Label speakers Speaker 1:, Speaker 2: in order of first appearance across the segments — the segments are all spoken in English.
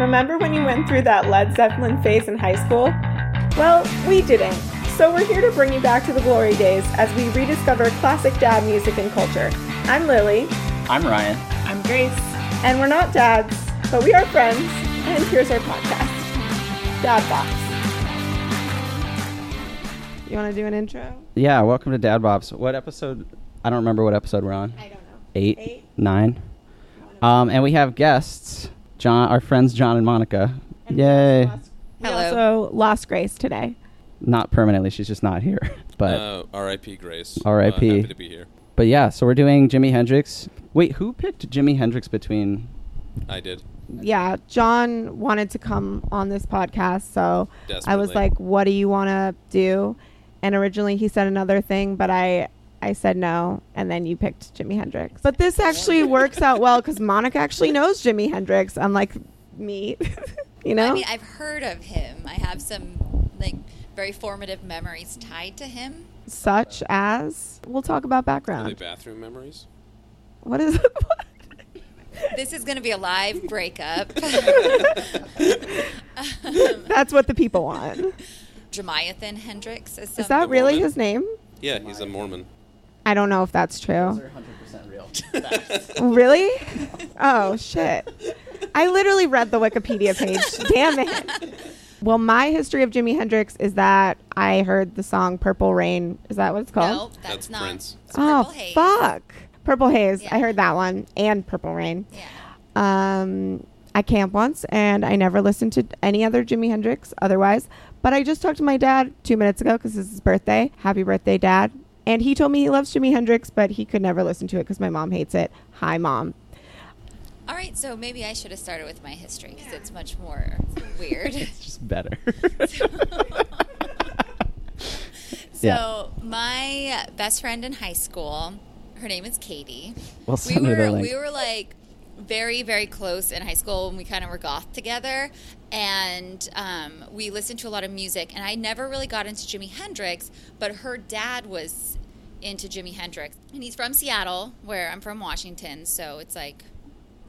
Speaker 1: Remember when you went through that Led Zeppelin phase in high school? Well, we didn't. So we're here to bring you back to the glory days as we rediscover classic dad music and culture. I'm Lily,
Speaker 2: I'm Ryan.
Speaker 3: I'm Grace.
Speaker 1: and we're not dads, but we are friends, and here's our podcast, Dad Box. You want to do an intro?
Speaker 2: Yeah, welcome to Dad Bob's. What episode? I don't remember what episode we're on.
Speaker 1: I don't know.
Speaker 2: Eight,
Speaker 1: Eight.
Speaker 2: nine. Um, and we have guests. John, our friends John and Monica. Yay!
Speaker 1: We
Speaker 3: Hello.
Speaker 1: also lost Grace today.
Speaker 2: Not permanently. She's just not here. But
Speaker 4: Uh, R.I.P. Grace.
Speaker 2: R.I.P..
Speaker 4: Uh, happy to be here.
Speaker 2: but yeah, so we're doing Jimi Hendrix. Wait, who picked Jimi Hendrix between?
Speaker 4: I did.
Speaker 1: yeah, John wanted to come on this podcast, so I was
Speaker 4: Desperately.
Speaker 1: like, "What do you want to do?" And originally he said another thing, but I I said no, and then you picked Jimi Hendrix. But this actually works out well because Monica actually knows Jimi Hendrix, unlike me. you know,
Speaker 5: I mean, I've heard of him. I have some like very formative memories tied to him.
Speaker 1: such as we'll talk about
Speaker 4: Only
Speaker 1: background.
Speaker 4: bathroom memories.
Speaker 1: What is?
Speaker 5: This is going to be a live breakup.
Speaker 1: That's what the people want.
Speaker 5: Jamiathan Hendricks is,
Speaker 1: Is
Speaker 5: some-
Speaker 1: that really
Speaker 4: woman.
Speaker 1: his name?
Speaker 4: Yeah, he's a Mormon.
Speaker 1: I don't know if that's true.
Speaker 2: Hundred percent real.
Speaker 1: Really? Oh, shit. I literally read the Wikipedia page. Damn it. Well, my history of Jimi Hendrix is that I heard the song Purple Rain. Is that what it's
Speaker 5: No,
Speaker 1: called?
Speaker 5: that's,
Speaker 4: That's
Speaker 5: not.
Speaker 4: Prince.
Speaker 5: it's Purple
Speaker 1: oh,
Speaker 5: Haze.
Speaker 1: fuck. Purple Haze. I
Speaker 5: Yeah.
Speaker 1: heard that one and Purple Rain.
Speaker 5: Yeah.
Speaker 1: Um, I camped once and I never listened to any other Jimi Hendrix otherwise. But I just talked to my dad two minutes ago because it's his birthday. Happy birthday, dad. And he told me he loves Jimi Hendrix, but he could never listen to it because my mom hates it. Hi, mom.
Speaker 5: All right, so maybe I should have started with my history because it's much more weird.
Speaker 2: It's just better.
Speaker 5: so
Speaker 2: Yeah.
Speaker 5: my best friend in high school, her name is Katie.
Speaker 2: We'll
Speaker 5: we
Speaker 2: send her the
Speaker 5: were
Speaker 2: link.
Speaker 5: we were like very very close in high school and we kind of were goth together and um, we listened to a lot of music and i never really got into jimi hendrix but her dad was into jimi hendrix and he's from seattle where i'm from washington so it's like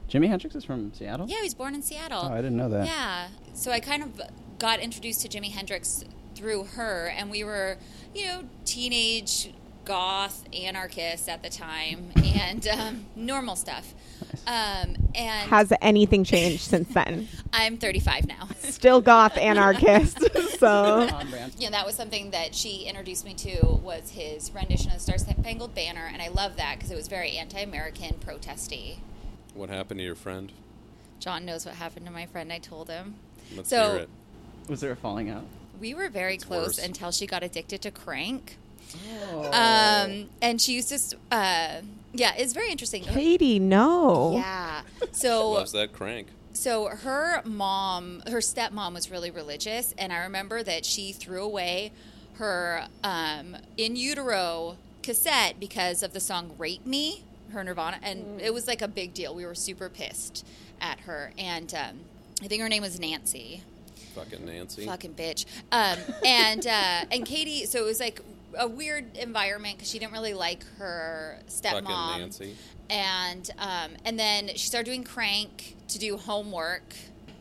Speaker 2: Jimi Hendrix is from Seattle.
Speaker 5: yeah he was born in seattle
Speaker 2: Oh, I didn't know that.
Speaker 5: yeah. So I kind of got introduced to Jimi Hendrix through her, and we were, you know, teenage goth anarchists at the time and um, normal stuff. Um, and
Speaker 1: Has anything changed since then?
Speaker 5: I'm 35 now.
Speaker 1: Still goth anarchist.
Speaker 5: Uh,
Speaker 1: so
Speaker 5: you know, that was something that she introduced me to was his rendition of the Star Spangled Banner, and I love that because it was very anti-American, protesty.
Speaker 4: What happened to your friend?
Speaker 5: John knows what happened to my friend. I told him.
Speaker 4: Let's
Speaker 5: So-
Speaker 4: hear it.
Speaker 2: Was there a falling out?
Speaker 5: We were very close
Speaker 4: worse. Oh.
Speaker 5: until she got addicted to crank. Um, and she used to, s- uh, yeah, it's very interesting.
Speaker 1: Katie, no.
Speaker 5: Yeah. So,
Speaker 4: Loves that crank.
Speaker 5: so her mom, her stepmom was really religious. And I remember that she threw away her um, in utero cassette because of the song Rape Me, her Nirvana.
Speaker 4: Mm.
Speaker 5: And it was like a big deal. We were super pissed at her. And um, I think her name was Nancy.
Speaker 4: Fucking Nancy.
Speaker 5: Fucking bitch. Um, and uh, and Katie, so it was like a weird environment because she didn't really like her stepmom.
Speaker 4: Fucking Nancy.
Speaker 5: And um, and then she started doing crank to do homework.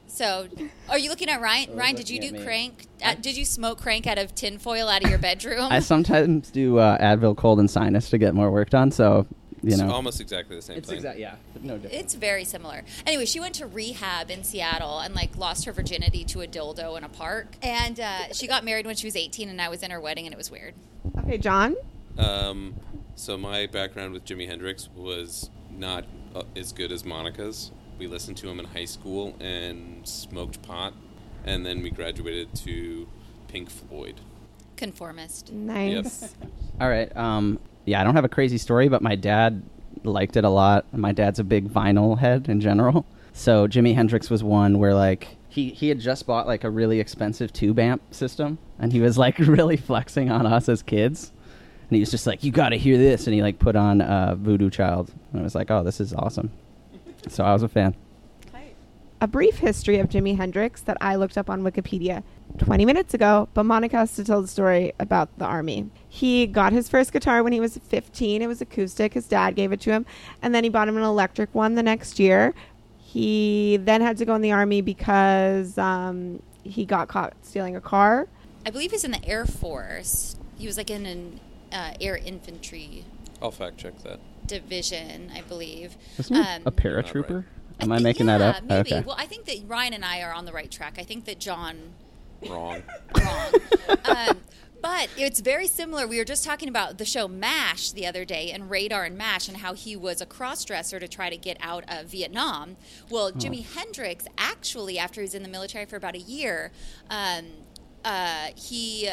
Speaker 5: So, are you looking at Ryan?
Speaker 2: was
Speaker 5: Ryan, did you
Speaker 2: Oh, looking
Speaker 5: do
Speaker 2: at me.
Speaker 5: crank? Uh, did you smoke crank out of tinfoil out of your bedroom?
Speaker 2: I sometimes do uh, Advil, cold, and sinus to get more work done. So you
Speaker 4: It's
Speaker 2: know,
Speaker 4: almost exactly the same thing.
Speaker 2: yeah, no difference.
Speaker 5: it's very similar. Anyway, she went to rehab in Seattle and like lost her virginity to a dildo in a park. And uh, she got married when she was 18, and I was in her wedding, and it was weird.
Speaker 1: Okay, John.
Speaker 4: Um, so my background with Jimi Hendrix was not uh, as good as Monica's. We listened to him in high school and smoked pot, and then we graduated to Pink Floyd.
Speaker 5: Conformist.
Speaker 1: Nice.
Speaker 2: All right. Um, yeah, I don't have a crazy story, but my dad liked it a lot. My dad's a big vinyl head in general. So Jimi Hendrix was one where like he, he had just bought like a really expensive tube amp system and he was like really flexing on us as kids. And he was just like, You gotta hear this and he like put on uh Voodoo Child and I was like, Oh, this is awesome. So I was a fan.
Speaker 1: A brief history of Jimi Hendrix that I looked up on Wikipedia 20 minutes ago, but Monica has to tell the story about the army. He got his first guitar when he was 15. It was acoustic. His dad gave it to him, and then he bought him an electric one the next year. He then had to go in the army because um, he got caught stealing a car.
Speaker 5: I believe he's in the Air Force. He was like in an uh, air infantry
Speaker 4: I'll fact check that.
Speaker 5: division, I believe. Um,
Speaker 2: Wasn't he a paratrooper? Am I
Speaker 5: thi-
Speaker 2: making
Speaker 5: yeah,
Speaker 2: that up?
Speaker 5: Maybe.
Speaker 2: Okay.
Speaker 5: Well, I think that Ryan and I are on the right track. I think that John
Speaker 4: Wrong.
Speaker 5: wrong. um, but it's very similar. We were just talking about the show MASH the other day and Radar and MASH and how he was a cross-dresser to try to get out of Vietnam. Well, Jimi Hendrix actually, after he was in the military for about a year, um, uh, he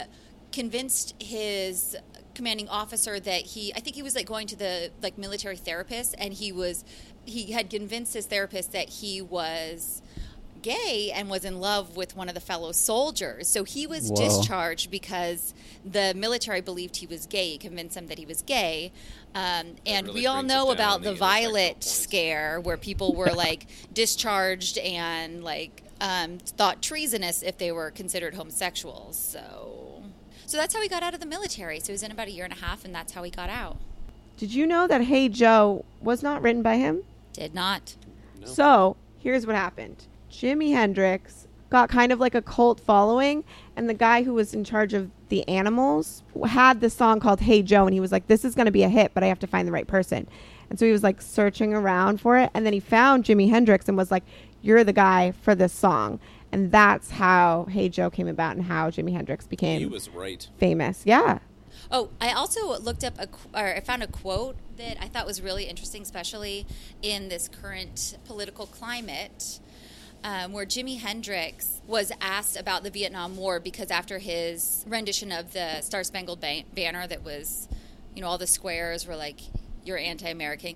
Speaker 5: convinced his commanding officer that he I think he was like going to the like military therapist and he was he had convinced his therapist that he was gay and was in love with one of the fellow soldiers. So he was
Speaker 2: Whoa.
Speaker 5: discharged because the military believed he was gay, convinced him that he was gay. Um, and
Speaker 4: really
Speaker 5: we all
Speaker 4: brings it
Speaker 5: know
Speaker 4: down
Speaker 5: about
Speaker 4: the
Speaker 5: the
Speaker 4: intersectional
Speaker 5: Violet
Speaker 4: points.
Speaker 5: scare where people were like discharged and like um, thought treasonous if they were considered homosexuals. So. So that's how he got out of the military. So he was in about a year and a half, and that's how he got out.
Speaker 1: Did you know that Hey Joe was not written by him?
Speaker 5: Did not.
Speaker 4: No.
Speaker 1: So here's what happened Jimi Hendrix got kind of like a cult following, and the guy who was in charge of the animals had this song called Hey Joe, and he was like, This is going to be a hit, but I have to find the right person. And so he was like searching around for it, and then he found Jimi Hendrix and was like, You're the guy for this song. And that's how Hey Joe came about and how Jimi Hendrix
Speaker 4: he
Speaker 1: became
Speaker 4: was right.
Speaker 1: famous. Yeah.
Speaker 5: Oh, I also looked up a, qu- or I found a quote that I thought was really interesting, especially in this current political climate, um, where Jimi Hendrix was asked about the Vietnam War because after his rendition of the Star Spangled Ban- Banner, that was, you know, all the squares were like, "You're anti-American,"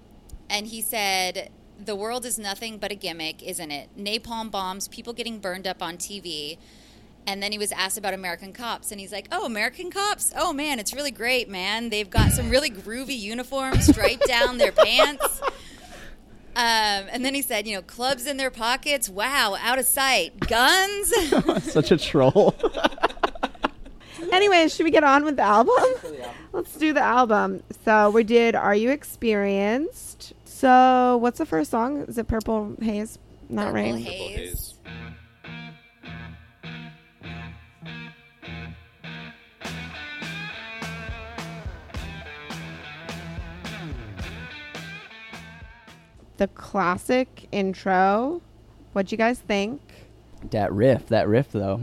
Speaker 5: and he said. The world is nothing but a gimmick, isn't it? Napalm bombs, people getting burned up on TV. And then he was asked about American cops, and he's like, "Oh, American cops! Oh man, it's really great, man. They've got some really groovy uniforms striped down their pants." Um, and then he said, "You know, clubs in their pockets. Wow, out of sight. Guns."
Speaker 2: Such a troll.
Speaker 1: Anyway, should we get on with the album? Let's do the album. So we did Are You Experienced? So what's the first song? Is it Purple Haze? Not
Speaker 5: Purple
Speaker 1: Rain.
Speaker 5: Haze.
Speaker 4: Triple
Speaker 5: Hayes.
Speaker 4: Hayes.
Speaker 1: The classic intro. What'd you guys think?
Speaker 2: that riff, that riff though.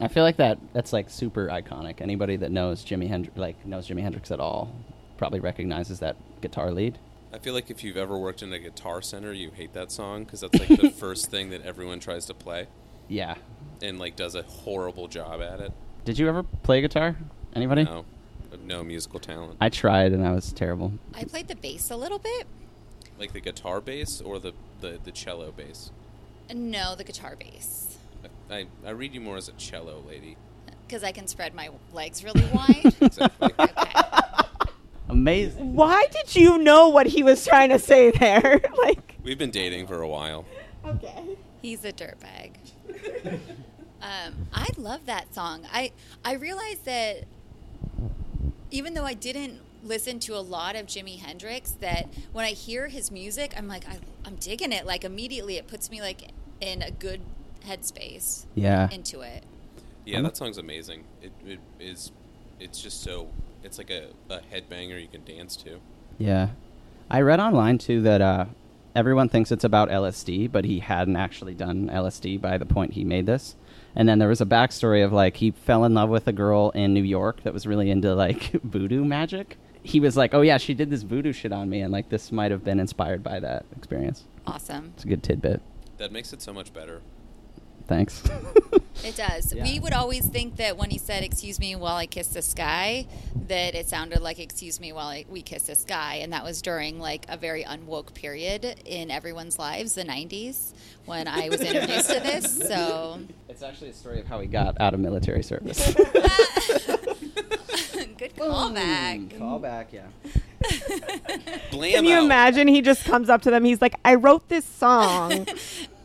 Speaker 2: I feel like that that's like super iconic. Anybody that knows Jimi Hendrix like knows Jimi Hendrix at all probably recognizes that guitar lead.
Speaker 4: I feel like if you've ever worked in a guitar center, you hate that song because that's like the first thing that everyone tries to play
Speaker 2: Yeah.
Speaker 4: and like does a horrible job at it.
Speaker 2: Did you ever play guitar? Anybody?
Speaker 4: No, no musical talent.
Speaker 2: I tried and I was terrible.
Speaker 5: I played the bass a little bit.
Speaker 4: like the guitar bass or the the, the cello bass.
Speaker 5: No, the guitar bass,
Speaker 4: I, I read you more as a cello lady.
Speaker 5: because I can spread my legs really wide.
Speaker 4: Exactly.
Speaker 5: Okay.
Speaker 2: Amazing.
Speaker 1: Why did you know what he was trying to say there? like
Speaker 4: We've been dating for a while.
Speaker 1: Okay.
Speaker 5: He's a dirtbag. um, I love that song. I I realized that even though I didn't listen to a lot of Jimi Hendrix, that when I hear his music, I'm like I, I'm digging it. Like immediately, it puts me like in a good headspace
Speaker 2: Yeah.
Speaker 5: into it.
Speaker 4: Yeah,
Speaker 2: I'm-
Speaker 4: that song's amazing. It, it is. It's just so. It's like a, a headbanger you can dance to.
Speaker 2: Yeah. I read online too that uh, everyone thinks it's about LSD, but he hadn't actually done LSD by the point he made this. And then there was a backstory of like he fell in love with a girl in New York that was really into like voodoo magic. He was like, "Oh yeah, she did this voodoo shit on me," and like this might have been inspired by that experience.
Speaker 5: Awesome.
Speaker 2: It's a good tidbit.
Speaker 4: That makes it so much better.
Speaker 2: Thanks.
Speaker 5: It does.
Speaker 2: Yeah.
Speaker 5: We would always think that when he said "Excuse me while I kiss the sky," that it sounded like "Excuse me while I, we kiss the sky," and that was during like a very unwoke period in everyone's lives, the '90s, when I was introduced to this. So,
Speaker 2: it's actually a story of how he got out of military service.
Speaker 5: good callback.
Speaker 2: Callback, yeah.
Speaker 4: Blam
Speaker 1: Can you
Speaker 4: out.
Speaker 1: imagine he just comes up to them? He's like, I wrote this song.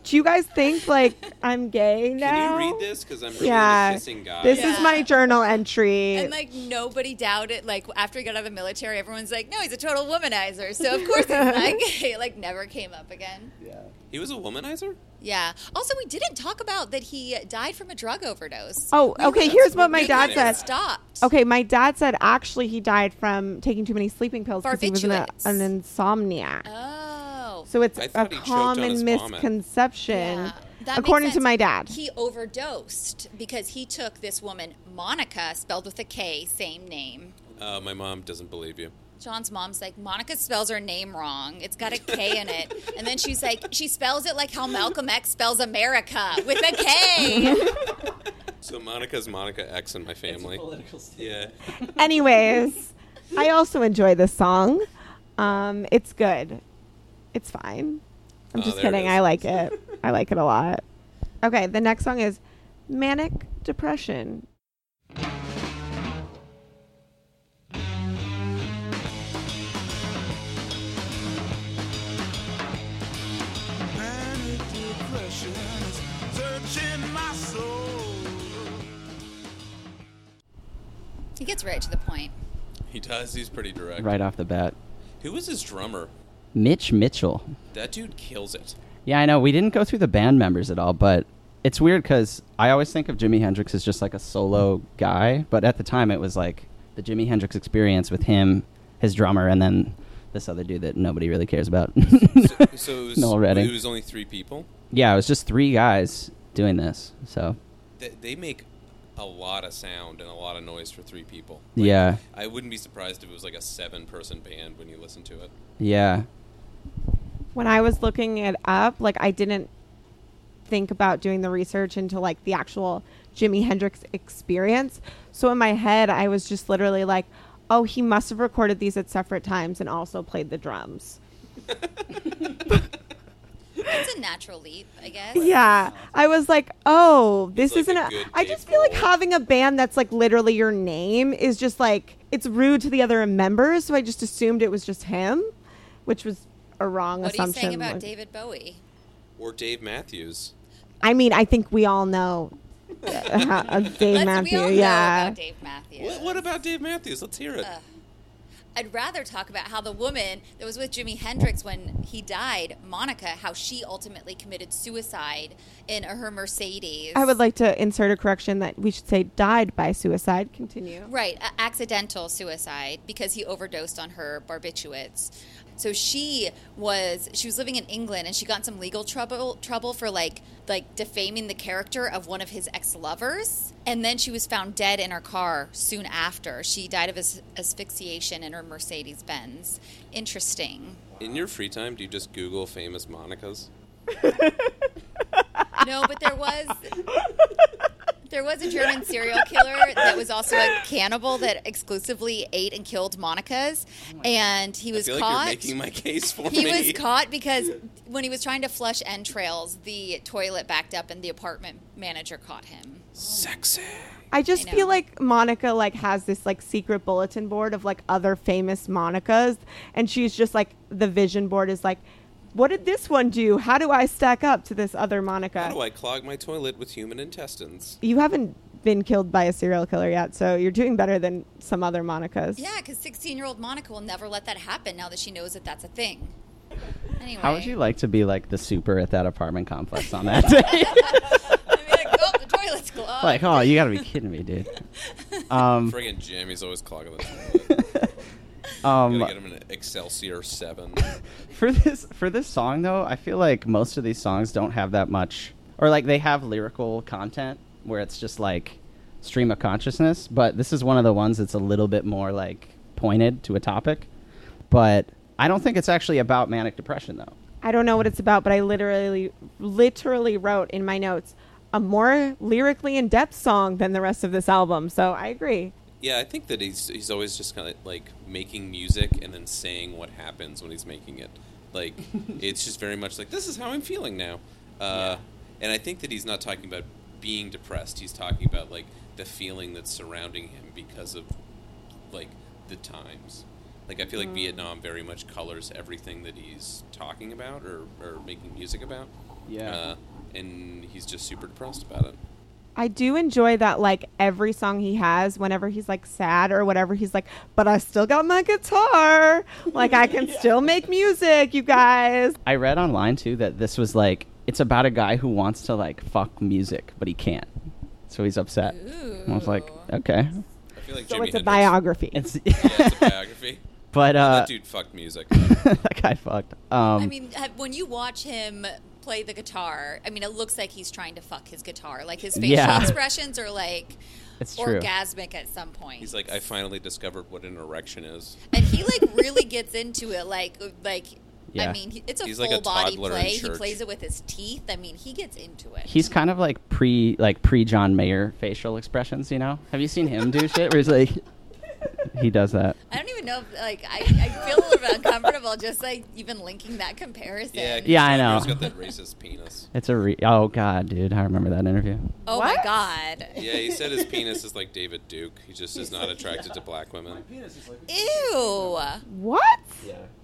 Speaker 1: Do you guys think like I'm gay now?
Speaker 4: Can you read this? Because I'm really
Speaker 1: Yeah.
Speaker 4: a kissing guy.
Speaker 1: This is
Speaker 5: Yeah.
Speaker 1: my journal entry.
Speaker 5: And like nobody doubted, like after he got out of the military, everyone's like, "No, he's a total womanizer." So of course, he's not gay. It, like never came up again.
Speaker 2: yeah.
Speaker 6: He was a womanizer?
Speaker 5: Yeah. Also, we didn't talk about that he died from a drug overdose.
Speaker 1: Oh,
Speaker 5: We were-
Speaker 1: okay, here's what my
Speaker 5: we
Speaker 1: dad
Speaker 5: were
Speaker 1: said.
Speaker 5: Stopped.
Speaker 1: Okay, my dad said actually he died from taking too many sleeping pills because he was an,
Speaker 5: Barbiturates.
Speaker 1: an insomniac.
Speaker 5: Oh.
Speaker 1: So it's
Speaker 6: I
Speaker 1: a
Speaker 6: thought he choked on his
Speaker 1: common
Speaker 6: vomit.
Speaker 1: misconception,
Speaker 5: Yeah. That makes
Speaker 1: according to
Speaker 5: sense.
Speaker 1: my dad.
Speaker 5: He overdosed because he took this woman, Monica, spelled with a K, same name.
Speaker 6: Uh, my mom doesn't believe you.
Speaker 5: John's mom's like, Monica spells her name wrong. It's got a K in it. And then she's like, she spells it like how Malcolm X spells America with a K.
Speaker 6: So Monica's Monica X in my family. Yeah.
Speaker 1: Anyways, I also enjoy this song. Um, it's good. It's fine. I'm
Speaker 6: Oh,
Speaker 1: just
Speaker 6: there it
Speaker 1: kidding.
Speaker 6: is.
Speaker 1: I like it. I like it a lot. Okay, the next song is Manic Depression.
Speaker 3: Panic depression is searching my soul.
Speaker 5: he gets right to the point.
Speaker 6: He does. He's pretty direct.
Speaker 2: Right off the bat,
Speaker 6: Who was his drummer?
Speaker 2: Mitch Mitchell.
Speaker 6: That dude kills it.
Speaker 2: Yeah, I know. We didn't go through the band members at all, but it's weird because I always think of Jimi Hendrix as just like a solo guy, but at the time it was like the Jimi Hendrix experience with him, his drummer, and then this other dude that nobody really cares about.
Speaker 6: So, so it, was,
Speaker 2: Noel Redding.
Speaker 6: it was only three people.
Speaker 2: yeah, it was just three guys doing this. So
Speaker 6: They, they make a lot of sound and a lot of noise for three people. Like,
Speaker 2: yeah,
Speaker 6: I wouldn't be surprised if it was like a seven person band when you listen to it.
Speaker 2: yeah,
Speaker 1: When I was looking it up, like I didn't think about doing the research into like the actual Jimi Hendrix experience. So in my head, I was just literally like, "Oh, he must have recorded these at separate times and also played the drums."
Speaker 5: It's a natural leap, I guess.
Speaker 1: Yeah. I was like, oh, this
Speaker 6: like
Speaker 1: isn't
Speaker 6: a
Speaker 1: a.
Speaker 6: good
Speaker 1: I
Speaker 6: Dave
Speaker 1: just feel like
Speaker 6: Grohl.
Speaker 1: having a band that's like literally your name is just like, it's rude to the other members. So I just assumed it was just him, which was a wrong
Speaker 5: What are you
Speaker 1: assumption.
Speaker 5: saying about
Speaker 1: Like-
Speaker 5: David Bowie?
Speaker 6: Or Dave Matthews.
Speaker 1: I mean, I think we all know uh, uh, Dave
Speaker 5: Let's,
Speaker 1: Matthews.
Speaker 5: we all know
Speaker 1: yeah.
Speaker 5: about Dave Matthews.
Speaker 6: What, what about Dave Matthews? Let's hear
Speaker 1: Uh,
Speaker 6: it.
Speaker 5: I'd rather talk about how the woman that was with Jimi Hendrix when he died, Monica, how she ultimately committed suicide in her Mercedes.
Speaker 1: I would like to insert a correction that we should say died by suicide. Continue.
Speaker 5: Right, a- accidental suicide because he overdosed on her barbiturates. So she was she was living in England and she got in some legal trouble trouble for like like defaming the character of one of his ex-lovers and then she was found dead in her car soon after. She died of as- asphyxiation in her Mercedes Benz. Interesting.
Speaker 6: In your free time, do you just Google famous Monicas?
Speaker 5: No, but there was there was a German serial killer that was also a cannibal that exclusively ate and killed Monica's, and he was
Speaker 6: I feel
Speaker 5: caught.
Speaker 6: like you're making my case for
Speaker 5: he
Speaker 6: me.
Speaker 5: was caught because when he was trying to flush entrails, the toilet backed up, and the apartment manager caught him.
Speaker 6: Sexy.
Speaker 1: I just
Speaker 5: I
Speaker 1: feel
Speaker 5: know.
Speaker 1: like Monica like has this like secret bulletin board of like other famous Monicas, and she's just like the vision board is like, what did this one do? How do I stack up to this other Monica?
Speaker 6: How do I clog my toilet with human intestines?
Speaker 1: you haven't been killed by a serial killer yet, so you're doing better than some other Monicas.
Speaker 5: Yeah, because sixteen-year-old Monica will never let that happen now that she knows that that's a thing. Anyway,
Speaker 2: How would you like to be like the super at that apartment complex on that day?
Speaker 5: I'd be like, oh, the toilet's clogged.
Speaker 2: like, oh, you got to be kidding me, dude. Um,
Speaker 6: Friggin' Jimmy's always clogging the toilet.
Speaker 2: um,
Speaker 6: Gotta get him an Excelsior 7.
Speaker 2: for this for this song though, I feel like most of these songs don't have that much or like they have lyrical content where it's just like stream of consciousness, but this is one of the ones that's a little bit more like pointed to a topic. But I don't think it's actually about manic depression though.
Speaker 1: I don't know what it's about, but I literally, literally wrote in my notes a more lyrically in depth song than the rest of this album. So I agree.
Speaker 6: yeah, I think that he's he's always just kind of like making music and then saying what happens when he's making it. Like, it's just very much like, this is how I'm feeling now. Uh, And I think that he's not talking about being depressed. He's talking about, like, the feeling that's surrounding him because of, like, the times. Like, I feel like Vietnam very much colors everything that he's talking about Uh, or, or making music about.
Speaker 2: Yeah.
Speaker 6: Uh, and he's just super depressed about it.
Speaker 1: I do enjoy that, like, every song he has, whenever he's, like, sad or whatever, he's like, but I still got my guitar. Like, I can still make music, you guys.
Speaker 2: I read online too that this was like it's about a guy who wants to like fuck music, but he can't. So he's upset. And I was like,
Speaker 5: Ooh.
Speaker 2: okay.
Speaker 6: I feel like
Speaker 1: So
Speaker 6: Jimi
Speaker 1: it's a
Speaker 6: Hendrix-
Speaker 1: biography.
Speaker 2: It's
Speaker 6: Yeah, it's a biography.
Speaker 2: but uh
Speaker 6: that dude fucked music.
Speaker 2: that guy fucked. Um
Speaker 5: I mean, have- when you watch him play the guitar, I mean, it looks like he's trying to fuck his guitar. Like his facial
Speaker 2: Yeah.
Speaker 5: expressions are like
Speaker 2: it's true.
Speaker 5: orgasmic at some point.
Speaker 6: He's like, I finally discovered what an erection is.
Speaker 5: and he like really gets into it. Like, uh, like
Speaker 2: Yeah.
Speaker 5: I mean, he- it's a
Speaker 6: He's
Speaker 5: full
Speaker 6: like a
Speaker 5: body
Speaker 6: toddler in
Speaker 5: play. He
Speaker 6: church.
Speaker 5: plays it with his teeth. I mean, he gets into it.
Speaker 2: He's kind of like pre like pre John Mayer facial expressions, you know? Have you seen him do shit where he's like he does that.
Speaker 5: I don't even know. If, like, I, I feel a little bit uncomfortable just like even linking that comparison.
Speaker 2: Yeah, I know.
Speaker 6: He's got that racist penis.
Speaker 2: It's a re- oh god, dude, I remember that interview.
Speaker 5: Oh
Speaker 1: What?
Speaker 5: my god.
Speaker 6: Yeah, he said his penis is like David Duke. He just is not attracted to black women.
Speaker 5: Ew.
Speaker 1: what?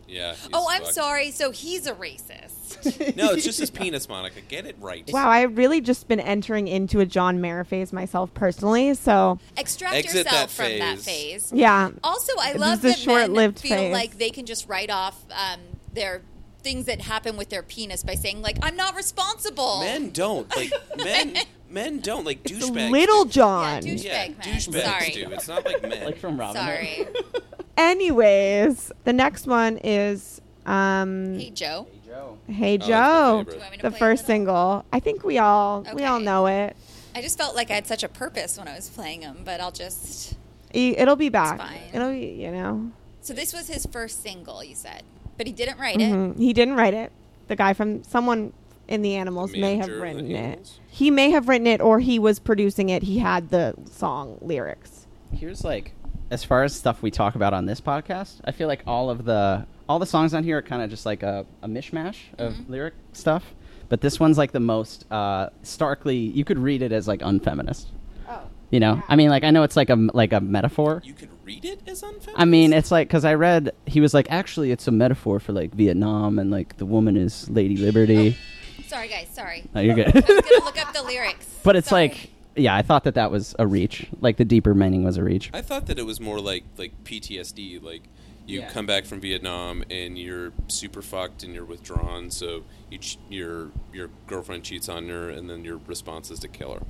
Speaker 6: Yeah. he's
Speaker 5: Oh, I'm
Speaker 6: fucked.
Speaker 5: sorry. So he's a racist.
Speaker 6: No, it's just his penis, Monica. Get it right.
Speaker 1: Wow, I've really just been entering into a John Mayer phase myself personally. So,
Speaker 5: Extract
Speaker 6: Exit
Speaker 5: yourself
Speaker 6: that
Speaker 5: from that
Speaker 6: phase.
Speaker 5: phase.
Speaker 1: yeah.
Speaker 5: Also, I
Speaker 1: This
Speaker 5: love
Speaker 1: is a
Speaker 5: that men
Speaker 1: short-lived
Speaker 5: feel
Speaker 1: phase.
Speaker 5: like they can just write off um, their things that happen with their penis by saying like, "I'm not responsible."
Speaker 6: Men don't like men. Men don't like douchebags.
Speaker 1: Little
Speaker 6: do.
Speaker 1: John.
Speaker 5: douche-
Speaker 6: Yeah,
Speaker 5: Douchebag men.
Speaker 6: douchebags
Speaker 5: Sorry.
Speaker 6: do. It's not like men.
Speaker 2: Like from Robin.
Speaker 5: Sorry.
Speaker 1: Anyways, the next one is um
Speaker 5: hey, Joe.
Speaker 1: Hey Joe,
Speaker 6: Oh, my favorite. Do you
Speaker 5: want me to
Speaker 1: the
Speaker 5: play a
Speaker 1: first
Speaker 5: little?
Speaker 1: single. I think we all we all
Speaker 5: Okay.
Speaker 1: know it.
Speaker 5: I just felt like I had such a purpose when I was playing him, but I'll just.
Speaker 1: E- It'll be back.
Speaker 5: fine.
Speaker 1: It'll be, you know.
Speaker 5: So this was his first single, you said, but he didn't write it.
Speaker 1: Mhm. He didn't write it. The guy from someone in the Animals may have
Speaker 6: manager of the
Speaker 1: written it.
Speaker 6: Animals?
Speaker 1: He may have written it, or he was producing it. He had the song lyrics.
Speaker 2: here's like as far as stuff we talk about on this podcast i feel like all of the all the songs on here are kind of just like a, a mishmash of lyric stuff but this one's like the most uh starkly you could read it as like unfeminist
Speaker 1: Oh.
Speaker 2: you know i mean like i know it's like a m- like a metaphor
Speaker 6: You could read it as unfeminist.
Speaker 2: I mean, it's like because I read he was like actually it's a metaphor for like Vietnam and like the woman is Lady Liberty.
Speaker 5: Sorry, guys. Sorry.
Speaker 2: No, you're good.
Speaker 5: I was gonna look up the lyrics.
Speaker 2: but it's
Speaker 5: Sorry.
Speaker 2: like yeah, I thought that that was a reach. Like the deeper meaning was a reach.
Speaker 6: I thought that it was more like like PTSD. Like you
Speaker 2: Yeah.
Speaker 6: come back from Vietnam and you're super fucked and you're withdrawn. So you ch- your your girlfriend cheats on her, and then your response is to kill her.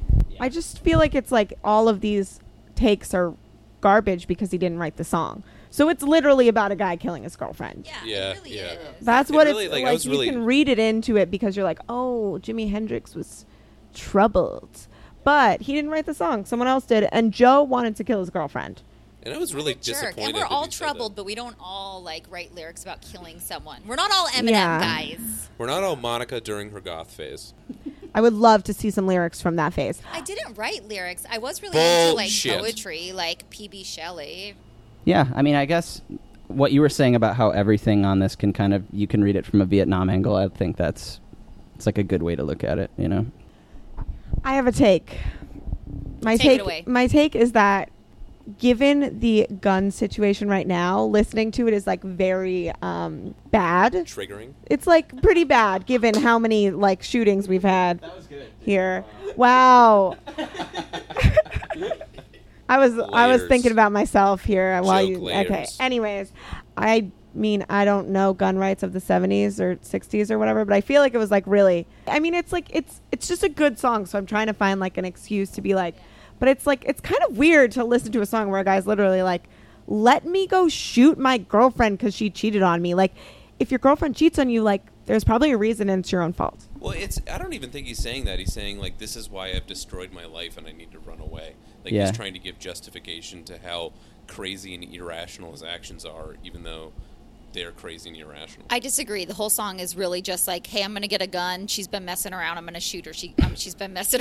Speaker 1: I just feel like it's like all of these takes are garbage because he didn't write the song. So it's literally about a guy killing his girlfriend.
Speaker 5: yeah,
Speaker 6: Yeah,
Speaker 5: it really
Speaker 6: yeah.
Speaker 5: is.
Speaker 1: That's
Speaker 6: It
Speaker 1: what
Speaker 6: really,
Speaker 1: it's
Speaker 6: like,
Speaker 1: like.
Speaker 6: I was
Speaker 1: you
Speaker 6: really-
Speaker 1: can read it into it because you're like, oh, Jimi Hendrix was troubled, but he didn't write the song. Someone else did, and Joe wanted to kill his girlfriend.
Speaker 6: And I was really
Speaker 5: Jerk.
Speaker 6: disappointed.
Speaker 5: And we're
Speaker 6: that
Speaker 5: all
Speaker 6: he said that.
Speaker 5: troubled, but we don't all like write lyrics about killing someone. We're not all Eminem
Speaker 1: Yeah.
Speaker 5: guys.
Speaker 6: We're not all Monica during her goth phase.
Speaker 1: I would love to see some lyrics from that phase.
Speaker 5: I didn't write lyrics. I was really into
Speaker 6: Bullshit.
Speaker 5: like poetry, like PB Shelley.
Speaker 2: Yeah, I mean, I guess what you were saying about how everything on this can kind of you can read it from a Vietnam angle. I think that's it's like a good way to look at it. You know,
Speaker 1: I have a take. My
Speaker 5: Take it
Speaker 1: take,
Speaker 5: away.
Speaker 1: my take is that given the gun situation right now, listening to it is like very um, bad.
Speaker 6: Triggering.
Speaker 1: It's like pretty bad given how many like shootings we've had here. Wow. I was I was
Speaker 6: Layers.
Speaker 1: thinking about myself here while
Speaker 6: Joke
Speaker 1: you okay.
Speaker 6: layers.
Speaker 1: Anyways, I mean I don't know gun rights of the 70s or 60s or whatever, but I feel like it was like really I mean it's like it's it's just a good song, so I'm trying to find like an excuse to be like but it's like it's kind of weird to listen to a song where a guy's literally like let me go shoot my girlfriend cuz she cheated on me. Like if your girlfriend cheats on you like there's probably a reason and it's your own fault.
Speaker 6: Well, it's. I don't even think he's saying that. He's saying like, "This is why I've destroyed my life, and I need to run away." Like
Speaker 2: Yeah.
Speaker 6: he's trying to give justification to how crazy and irrational his actions are, even though they're crazy and irrational.
Speaker 5: I disagree. The whole song is really just like, "Hey, I'm gonna get a gun. She's been messing around. I'm gonna shoot her. She um, she's been messing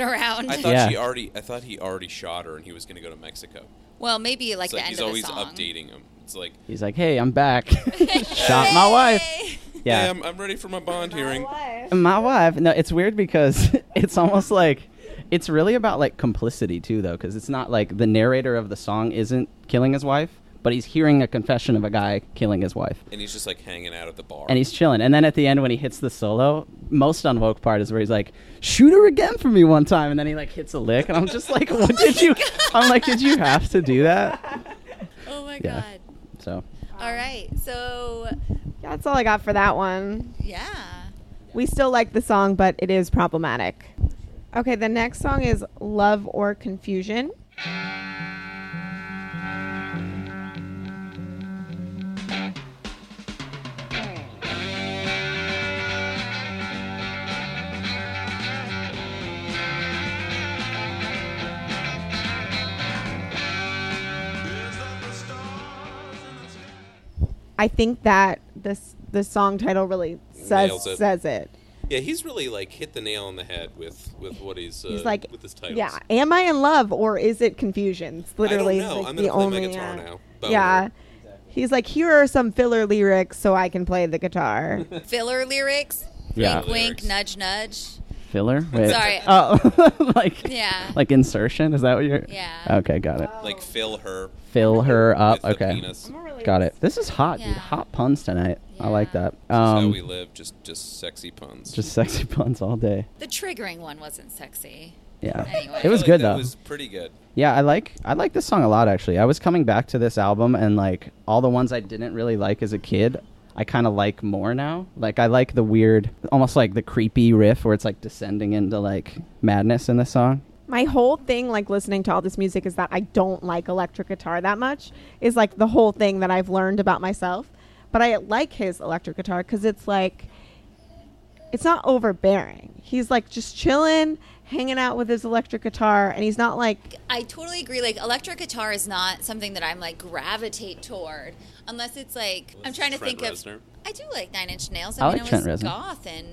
Speaker 5: around."
Speaker 6: I thought
Speaker 2: Yeah.
Speaker 6: she already. I thought he already shot her, and he was going to go to Mexico.
Speaker 5: well, maybe like
Speaker 6: It's
Speaker 5: the
Speaker 6: like
Speaker 5: end
Speaker 6: he's
Speaker 5: of the
Speaker 6: always
Speaker 5: song.
Speaker 6: updating him. It's like,
Speaker 2: he's like, "Hey, I'm back. Shot my wife.
Speaker 5: Hey!
Speaker 2: Yeah,
Speaker 6: hey, I'm, I'm ready for my bond hearing.
Speaker 2: my wife." No, it's weird because it's almost like it's really about like complicity too, though, because it's not like the narrator of the song isn't killing his wife, but he's hearing a confession of a guy killing his wife.
Speaker 6: and he's just like hanging out at the bar.
Speaker 2: And he's chilling. And then at the end, when he hits the solo, most unwoke part is where he's like, "Shoot her again for me one time," and then he like hits a lick, and I'm just like, "What did you?" I'm like, "Did you have to do that?"
Speaker 5: Oh my
Speaker 2: Yeah.
Speaker 5: god.
Speaker 2: So
Speaker 5: All right. So,
Speaker 1: Yeah, that's all I got for that one.
Speaker 5: yeah.
Speaker 1: We still like the song, but it is problematic. Okay, the next song is Love or Confusion. I think that this the song title really says
Speaker 6: Nails it.
Speaker 1: says it.
Speaker 6: yeah, he's really like hit the nail on the head with with what he's, uh,
Speaker 1: He's like,
Speaker 6: with his titles.
Speaker 1: yeah, am I in love or is it confusion? It's literally
Speaker 6: I don't know.
Speaker 1: like,
Speaker 6: I'm
Speaker 1: the
Speaker 6: gonna play
Speaker 1: only.
Speaker 6: my guitar
Speaker 1: uh,
Speaker 6: now.
Speaker 1: yeah,
Speaker 6: Bummer.
Speaker 1: he's like, here are some filler lyrics so I can play the guitar.
Speaker 5: Filler lyrics.
Speaker 2: Yeah.
Speaker 5: Wink, wink,
Speaker 6: Lyrics.
Speaker 5: nudge, nudge.
Speaker 2: filler. Wait.
Speaker 5: Sorry.
Speaker 2: Oh, like
Speaker 5: Yeah.
Speaker 2: like insertion. Is that what you're?
Speaker 5: Yeah. Oh.
Speaker 2: Okay, got it.
Speaker 6: Like fill her
Speaker 2: Fill her up.
Speaker 6: with the
Speaker 2: Okay,
Speaker 6: penis.
Speaker 2: got it. This is hot, dude.
Speaker 5: Yeah.
Speaker 2: Hot puns tonight. I like
Speaker 5: Yeah.
Speaker 2: that.
Speaker 6: That's how
Speaker 2: Um,
Speaker 6: we live. Just just sexy puns.
Speaker 2: just sexy puns all day.
Speaker 5: The triggering one wasn't sexy.
Speaker 2: Yeah,
Speaker 5: Anyway.
Speaker 2: it
Speaker 6: I
Speaker 2: was
Speaker 6: feel
Speaker 2: good
Speaker 6: like that
Speaker 2: though.
Speaker 6: was pretty good.
Speaker 2: Yeah, I like I like this song a lot actually. I was coming back to this album and like all the ones I didn't really like as a kid, I kind of like more now. Like I like the weird, almost like the creepy riff where it's like descending into like madness in the song.
Speaker 1: My whole thing, like listening to all this music, is that I don't like electric guitar that much. Is like the whole thing that I've learned about myself. But I like his electric guitar because it's like, it's not overbearing. He's like just chilling, hanging out with his electric guitar, and he's not like
Speaker 5: I totally agree. Like electric guitar is not something that I'm like gravitate toward, unless it's like I'm trying to
Speaker 6: Trent
Speaker 5: think
Speaker 6: Reznor.
Speaker 5: of. I do like Nine Inch Nails.
Speaker 2: I
Speaker 5: I, mean,
Speaker 2: like
Speaker 5: I
Speaker 2: Trent
Speaker 5: was
Speaker 2: Reznor.
Speaker 5: goth in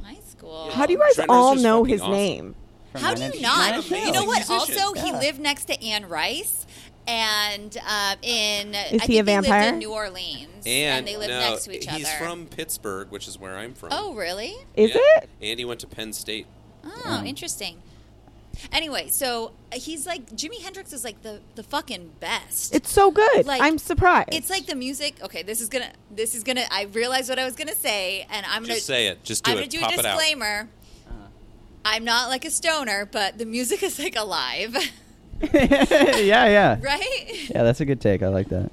Speaker 5: high school.
Speaker 1: How do you guys
Speaker 6: Trent
Speaker 1: all
Speaker 6: Reznor's
Speaker 1: know
Speaker 6: fucking
Speaker 1: his
Speaker 6: awesome.
Speaker 1: name?
Speaker 5: How do you not?
Speaker 6: Nails.
Speaker 5: You know what?
Speaker 6: He's a musician.
Speaker 5: Also, he lived next to Anne Rice, and um, in I
Speaker 1: he
Speaker 5: think
Speaker 1: a vampire?
Speaker 5: lived in New Orleans,
Speaker 6: And,
Speaker 5: they lived
Speaker 6: no,
Speaker 5: next to each other.
Speaker 6: He's from Pittsburgh, which is where I'm from.
Speaker 5: Oh, really?
Speaker 1: Is
Speaker 6: Yeah.
Speaker 1: it?
Speaker 6: And he went to Penn State.
Speaker 5: Oh, interesting. Anyway, so uh, he's like Jimi Hendrix is like the the fucking best.
Speaker 1: It's so good.
Speaker 5: Like,
Speaker 1: I'm surprised.
Speaker 5: It's like the music. Okay, this is gonna. This is gonna. I realized what I was gonna say, and I'm gonna
Speaker 6: Just say it. Just do
Speaker 5: I'm gonna
Speaker 6: it.
Speaker 5: do
Speaker 6: Pop
Speaker 5: a
Speaker 6: it out.
Speaker 5: disclaimer.
Speaker 2: Uh-huh.
Speaker 5: I'm not like a stoner, but the music is like alive,
Speaker 2: yeah, yeah.
Speaker 5: right?
Speaker 2: Yeah, that's a good take. I like that.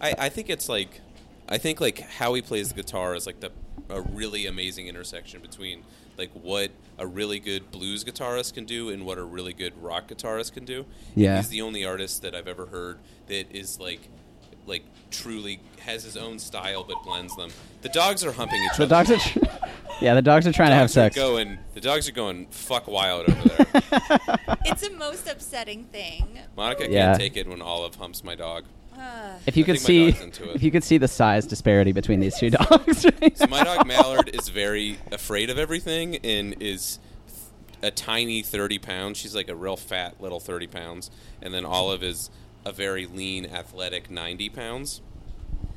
Speaker 6: I, I think it's like, I think like how he plays the guitar is like the a really amazing intersection between like what a really good blues guitarist can do and what a really good rock guitarist can do. And
Speaker 2: Yeah.
Speaker 6: he's the only artist that I've ever heard that is like, like truly has his own style but blends them. The dogs are humping each
Speaker 2: The
Speaker 6: other.
Speaker 2: dogs are tr- Yeah, the dogs are trying to have
Speaker 6: Dogs are
Speaker 2: sex.
Speaker 6: going. The dogs are going fuck wild over there.
Speaker 5: It's the most upsetting thing.
Speaker 6: Monica
Speaker 2: Yeah.
Speaker 6: can't take it when Olive humps my dog.
Speaker 2: If you
Speaker 6: I
Speaker 2: could
Speaker 6: think my
Speaker 2: see
Speaker 6: dog's into it.
Speaker 2: if you could see the size disparity between these two dogs. right
Speaker 6: So my
Speaker 2: now.
Speaker 6: dog Mallard is very afraid of everything and is a tiny 30 pounds. She's like a real fat little 30 pounds. And then Olive is a very lean, athletic 90 pounds.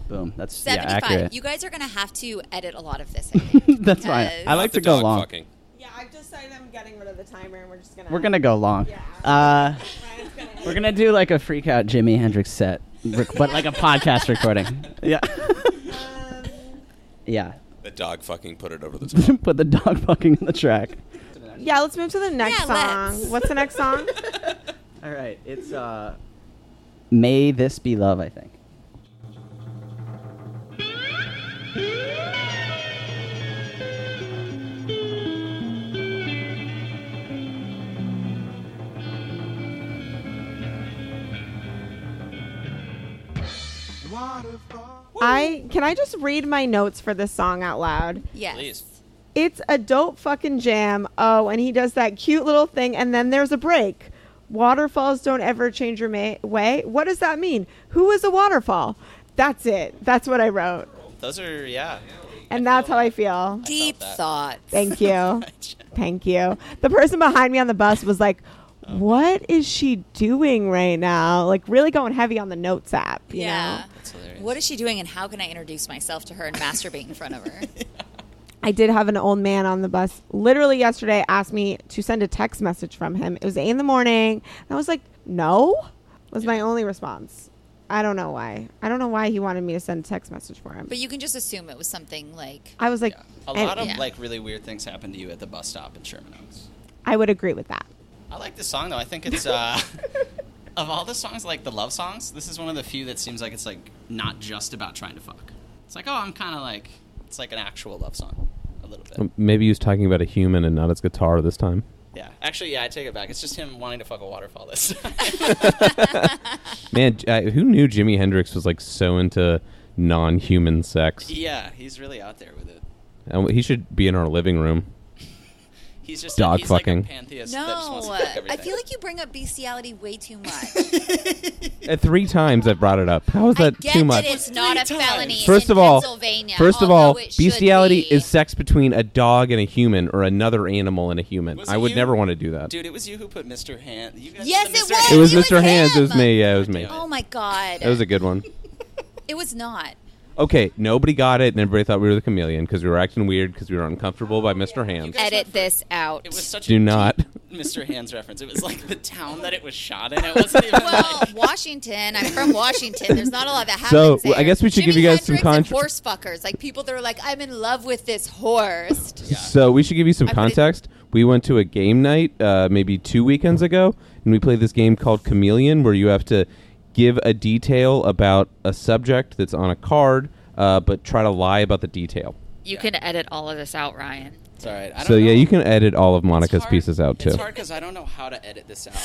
Speaker 2: Boom. That's yeah,
Speaker 5: 75.
Speaker 2: accurate.
Speaker 5: you guys are gonna have to edit a lot of this. I think,
Speaker 2: that's fine.
Speaker 5: because-
Speaker 2: I like
Speaker 6: Not
Speaker 2: to
Speaker 6: the
Speaker 2: go
Speaker 6: dog
Speaker 2: long.
Speaker 6: Fucking.
Speaker 1: yeah, I've decided I'm getting rid of the timer, and we're just gonna.
Speaker 2: We're gonna go long. Uh, we're gonna do like a freak out Jimi Hendrix set, rec- but like a podcast recording. Yeah, yeah.
Speaker 6: The dog fucking put it over the top.
Speaker 2: Put the dog fucking in the track.
Speaker 1: yeah, let's move to the next
Speaker 5: Yeah,
Speaker 1: song.
Speaker 5: let's.
Speaker 1: What's the next song?
Speaker 2: All right, it's uh, "May This Be Love." I think.
Speaker 1: I can I just read my notes for this song out loud.
Speaker 5: Yes.
Speaker 6: Please.
Speaker 1: It's a dope fucking jam. Oh, and he does that cute little thing, and then there's a break. Waterfalls don't ever change your ma- way. What does that mean? Who is a waterfall? That's it. That's what I wrote,
Speaker 7: Those are yeah.
Speaker 1: and that's how I feel.
Speaker 5: Deep thoughts.
Speaker 1: Thank you. Thank you. The person behind me on the bus was like, "What is she doing right now?" Like really going heavy on the notes app, you
Speaker 5: yeah.
Speaker 1: know.
Speaker 7: That's hilarious.
Speaker 5: What is she doing, and how can I introduce myself to her and masturbate in front of her?
Speaker 1: I did have an old man on the bus literally yesterday asked me to send a text message from him. It was eight in the morning. And I was like, no, was my only response. I don't know why. I don't know why he wanted me to send a text message for him.
Speaker 5: But you can just assume it was something like
Speaker 1: I was like,
Speaker 2: A
Speaker 1: and-
Speaker 2: lot of
Speaker 5: Yeah.
Speaker 2: like really weird things happen to you at the bus stop in Sherman Oaks.
Speaker 1: I would agree with that.
Speaker 2: I like this song though. I think it's uh, of all the songs, like the love songs, this is one of the few that seems like it's like not just about trying to fuck. It's like oh, I'm kind of like it's like an actual love song a little bit.
Speaker 6: Um, Maybe he was talking about a human and not his guitar this time.
Speaker 2: yeah, actually, yeah, I take it back. It's just him wanting to fuck a waterfall. This time.
Speaker 6: Man, J- I, who knew Jimi Hendrix was like so into non-human sex?
Speaker 2: yeah, he's really out there with it.
Speaker 6: And he should be in our living room.
Speaker 2: He's just
Speaker 6: Dog
Speaker 2: he's
Speaker 6: fucking.
Speaker 2: Like a pantheist that just wants
Speaker 5: no.
Speaker 2: to fuck everything.
Speaker 5: I feel like you bring up bestiality way too much.
Speaker 6: Uh, three times I've brought it up. How is
Speaker 5: I
Speaker 6: that
Speaker 5: get
Speaker 6: too much?
Speaker 5: that it's not a
Speaker 2: Three
Speaker 5: felony.
Speaker 2: times.
Speaker 6: First
Speaker 5: in
Speaker 6: of all,
Speaker 5: Pennsylvania,
Speaker 6: first of all,
Speaker 5: although it should
Speaker 6: bestiality
Speaker 5: be.
Speaker 6: is sex between a dog and a human or another animal and a human.
Speaker 2: Was
Speaker 6: I
Speaker 2: it
Speaker 6: would
Speaker 2: you?
Speaker 6: never want to do that.
Speaker 2: Dude, it was you who put Mr. Hand. You guys
Speaker 5: Yes,
Speaker 2: put
Speaker 5: it
Speaker 2: Mr.
Speaker 5: was.
Speaker 6: it was
Speaker 5: It was
Speaker 6: Mr. Hands. It was
Speaker 5: him.
Speaker 6: me. Yeah, it was me.
Speaker 5: Oh my god!
Speaker 6: That was a good one.
Speaker 5: it was not.
Speaker 6: Okay, nobody got it, and everybody thought we were the chameleon because we were acting weird because we were uncomfortable
Speaker 5: Oh,
Speaker 6: by Mr.
Speaker 2: guys-
Speaker 6: Hands.
Speaker 2: That's
Speaker 5: Edit
Speaker 2: not
Speaker 5: this out.
Speaker 2: It was such
Speaker 6: Do
Speaker 2: a
Speaker 6: not.
Speaker 2: deep Mr. Hands reference. It was like the town that it was shot in. It wasn't even
Speaker 5: well,
Speaker 2: like
Speaker 5: Washington. I'm from Washington. There's not a lot that
Speaker 6: So,
Speaker 5: happens.
Speaker 6: I
Speaker 5: there.
Speaker 6: guess we should
Speaker 5: Jimi
Speaker 6: give you guys some
Speaker 5: Hendrix and
Speaker 6: contr-
Speaker 5: horse fuckers, like people that are like, I'm in love with this horse.
Speaker 6: So we should give you some
Speaker 5: I put it-
Speaker 6: context. We went to a game night uh, maybe two weekends ago, and we played this game called Chameleon, where you have to give a detail about a subject that's on a card, uh, but try to lie about the detail.
Speaker 8: You can edit all of this out, Ryan.
Speaker 2: It's all right. I don't
Speaker 6: So
Speaker 2: know.
Speaker 6: yeah, you can edit all of
Speaker 2: It's
Speaker 6: Monica's
Speaker 2: hard-
Speaker 6: pieces out too.
Speaker 2: It's hard because I don't know how to edit this out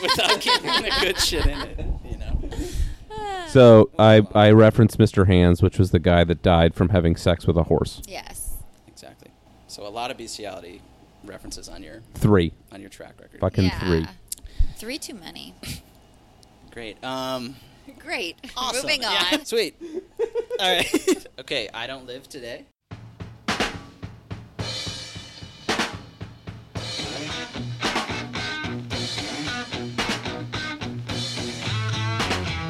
Speaker 2: without getting the good shit in it. You know.
Speaker 6: So I I referenced Mr. Hands, which was the guy that died from having sex with a horse.
Speaker 5: Yes.
Speaker 2: Exactly. So a lot of bestiality references on your
Speaker 6: Three,
Speaker 2: on your track record.
Speaker 6: fucking
Speaker 5: yeah.
Speaker 6: three.
Speaker 5: Three too many.
Speaker 2: Great. Um.
Speaker 5: Great.
Speaker 2: awesome.
Speaker 5: Moving on.
Speaker 2: Yeah, sweet. All right. okay. I don't live today.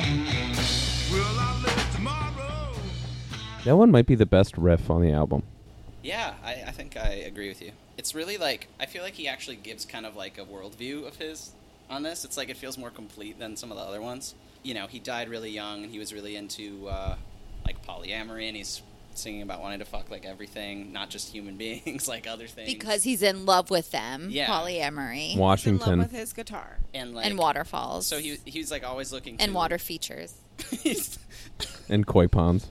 Speaker 3: Will I live tomorrow?
Speaker 6: That one might be the best riff on the album.
Speaker 2: Yeah, I, I think I agree with you. It's really like I feel like he actually gives kind of like a worldview of his on this. It's like it feels more complete than some of the other ones. You know, he died really young, and he was really into uh, like polyamory, and he's singing about wanting to fuck like everything, not just human beings, like other things.
Speaker 5: Because he's in love with them.
Speaker 2: Yeah.
Speaker 5: Polyamory.
Speaker 1: In love
Speaker 6: Washington.
Speaker 1: with his guitar.
Speaker 2: and like
Speaker 5: and waterfalls.
Speaker 2: So he he's like always looking
Speaker 5: and
Speaker 2: to-
Speaker 5: water features.
Speaker 2: he's,
Speaker 6: and koi ponds.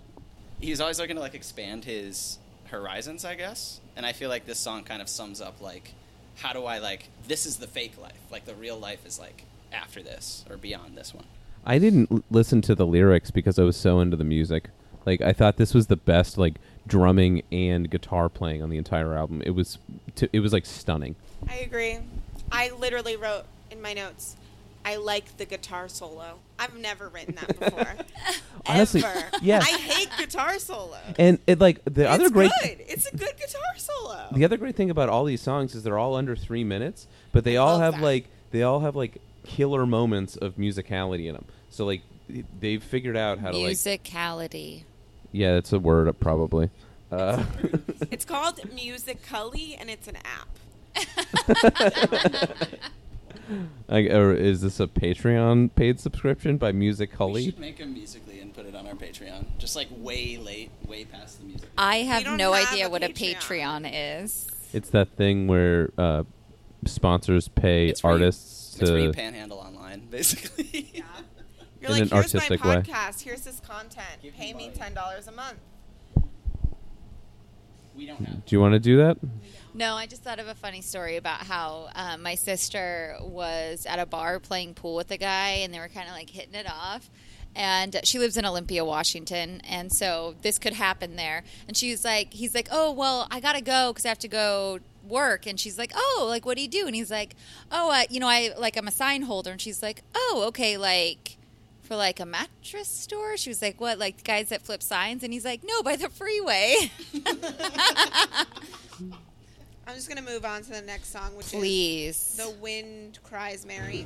Speaker 2: he's always looking to like expand his horizons, I guess. And I feel like this song kind of sums up like how do I like this is the fake life. Like the real life is like after this or beyond this one.
Speaker 6: I didn't l- listen to the lyrics because I was so into the music. Like I thought this was the best like drumming and guitar playing on the entire album. It was t- it was like stunning.
Speaker 9: I agree. I literally wrote in my notes, I like the guitar solo. I've never written that before.
Speaker 6: Honestly,
Speaker 9: Ever.
Speaker 6: yes.
Speaker 9: I hate guitar solo.
Speaker 6: And it like the other
Speaker 9: it's
Speaker 6: great
Speaker 9: good. It's a good guitar solo.
Speaker 6: the other great thing about all these songs is they're all under 3 minutes, but they all
Speaker 5: love
Speaker 6: have
Speaker 5: that.
Speaker 6: like they all have like killer moments of musicality in them. So like they've figured out how to like
Speaker 5: Musicality.
Speaker 6: Yeah, that's a word uh, probably. Uh,
Speaker 9: It's called Musically, and it's an app.
Speaker 6: like, or is this a Patreon paid subscription by Music
Speaker 2: We
Speaker 6: Holly?
Speaker 2: should make him musically and put it on our Patreon. Just like way late, way past the music.
Speaker 5: I
Speaker 9: We
Speaker 5: have
Speaker 9: don't
Speaker 5: no
Speaker 9: have
Speaker 5: idea
Speaker 9: a
Speaker 5: what a
Speaker 9: Patreon.
Speaker 5: Patreon is.
Speaker 6: It's that thing where uh, sponsors pay
Speaker 2: It's where you-
Speaker 6: artists
Speaker 2: It's where you
Speaker 6: to.
Speaker 2: panhandle online, basically.
Speaker 9: You're
Speaker 6: In
Speaker 9: like,
Speaker 6: an
Speaker 9: here's
Speaker 6: artistic way.
Speaker 9: my podcast. Here's this content.
Speaker 2: Give me
Speaker 9: Pay me
Speaker 2: money."
Speaker 9: ten dollars a month.
Speaker 2: we don't have.
Speaker 6: Do you want to do that?
Speaker 5: No, I just thought of a funny story about how um, my sister was at a bar playing pool with a guy, and they were kind of like hitting it off. And she lives in Olympia, Washington, and so this could happen there. And she's like, he's like, oh well, I gotta go because I have to go work. And she's like, oh, like what do you do? And he's like, oh, uh, you know, I like I'm a sign holder. And she's like, oh, okay, like for like a mattress store. She was like, what, like guys that flip signs? And he's like, no, by the freeway.
Speaker 9: I'm just gonna move on to the next song, which
Speaker 5: Please.
Speaker 9: is "The Wind Cries Mary."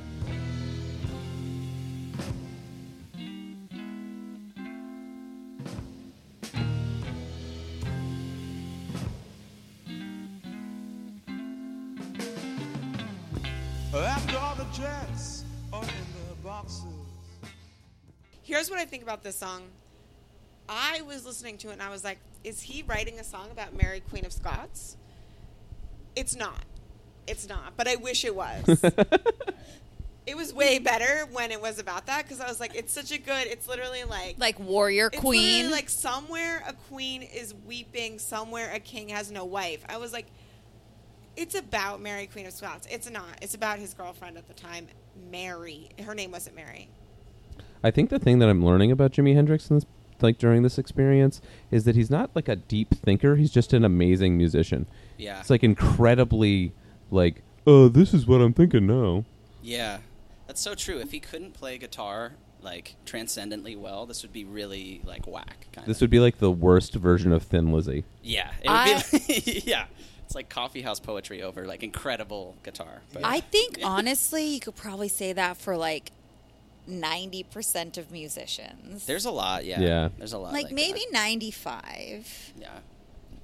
Speaker 3: After all the dress are in the boxes.
Speaker 1: Here's what I think about this song. I was listening to it and I was like, is he writing a song about Mary Queen of Scots? It's not. It's not, but I wish it was. it was way better when it was about that because I was like, it's such a good, it's literally like.
Speaker 5: Like warrior
Speaker 1: it's
Speaker 5: queen.
Speaker 1: literally like somewhere a queen is weeping, somewhere a king has no wife. I was like, it's about Mary Queen of Scots. It's not. It's about his girlfriend at the time, Mary. Her name wasn't Mary.
Speaker 6: I think the thing that I'm learning about Jimi Hendrix in this, like during this experience, is that he's not like a deep thinker. He's just an amazing musician.
Speaker 2: Yeah.
Speaker 6: It's like incredibly, like, oh, this is what I'm thinking now.
Speaker 2: Yeah, that's so true. If he couldn't play guitar like transcendently well, this would be really like whack. Kind
Speaker 6: This would be like the worst version of Thin Lizzy.
Speaker 2: yeah, it would
Speaker 5: I-
Speaker 2: be like, yeah. It's like coffeehouse poetry over like incredible guitar. But
Speaker 5: I think honestly, you could probably say that for like ninety percent of musicians.
Speaker 2: there's a lot. Yeah,
Speaker 6: Yeah.
Speaker 2: There's a lot.
Speaker 5: like,
Speaker 2: that.
Speaker 5: maybe ninety-five.
Speaker 2: Yeah,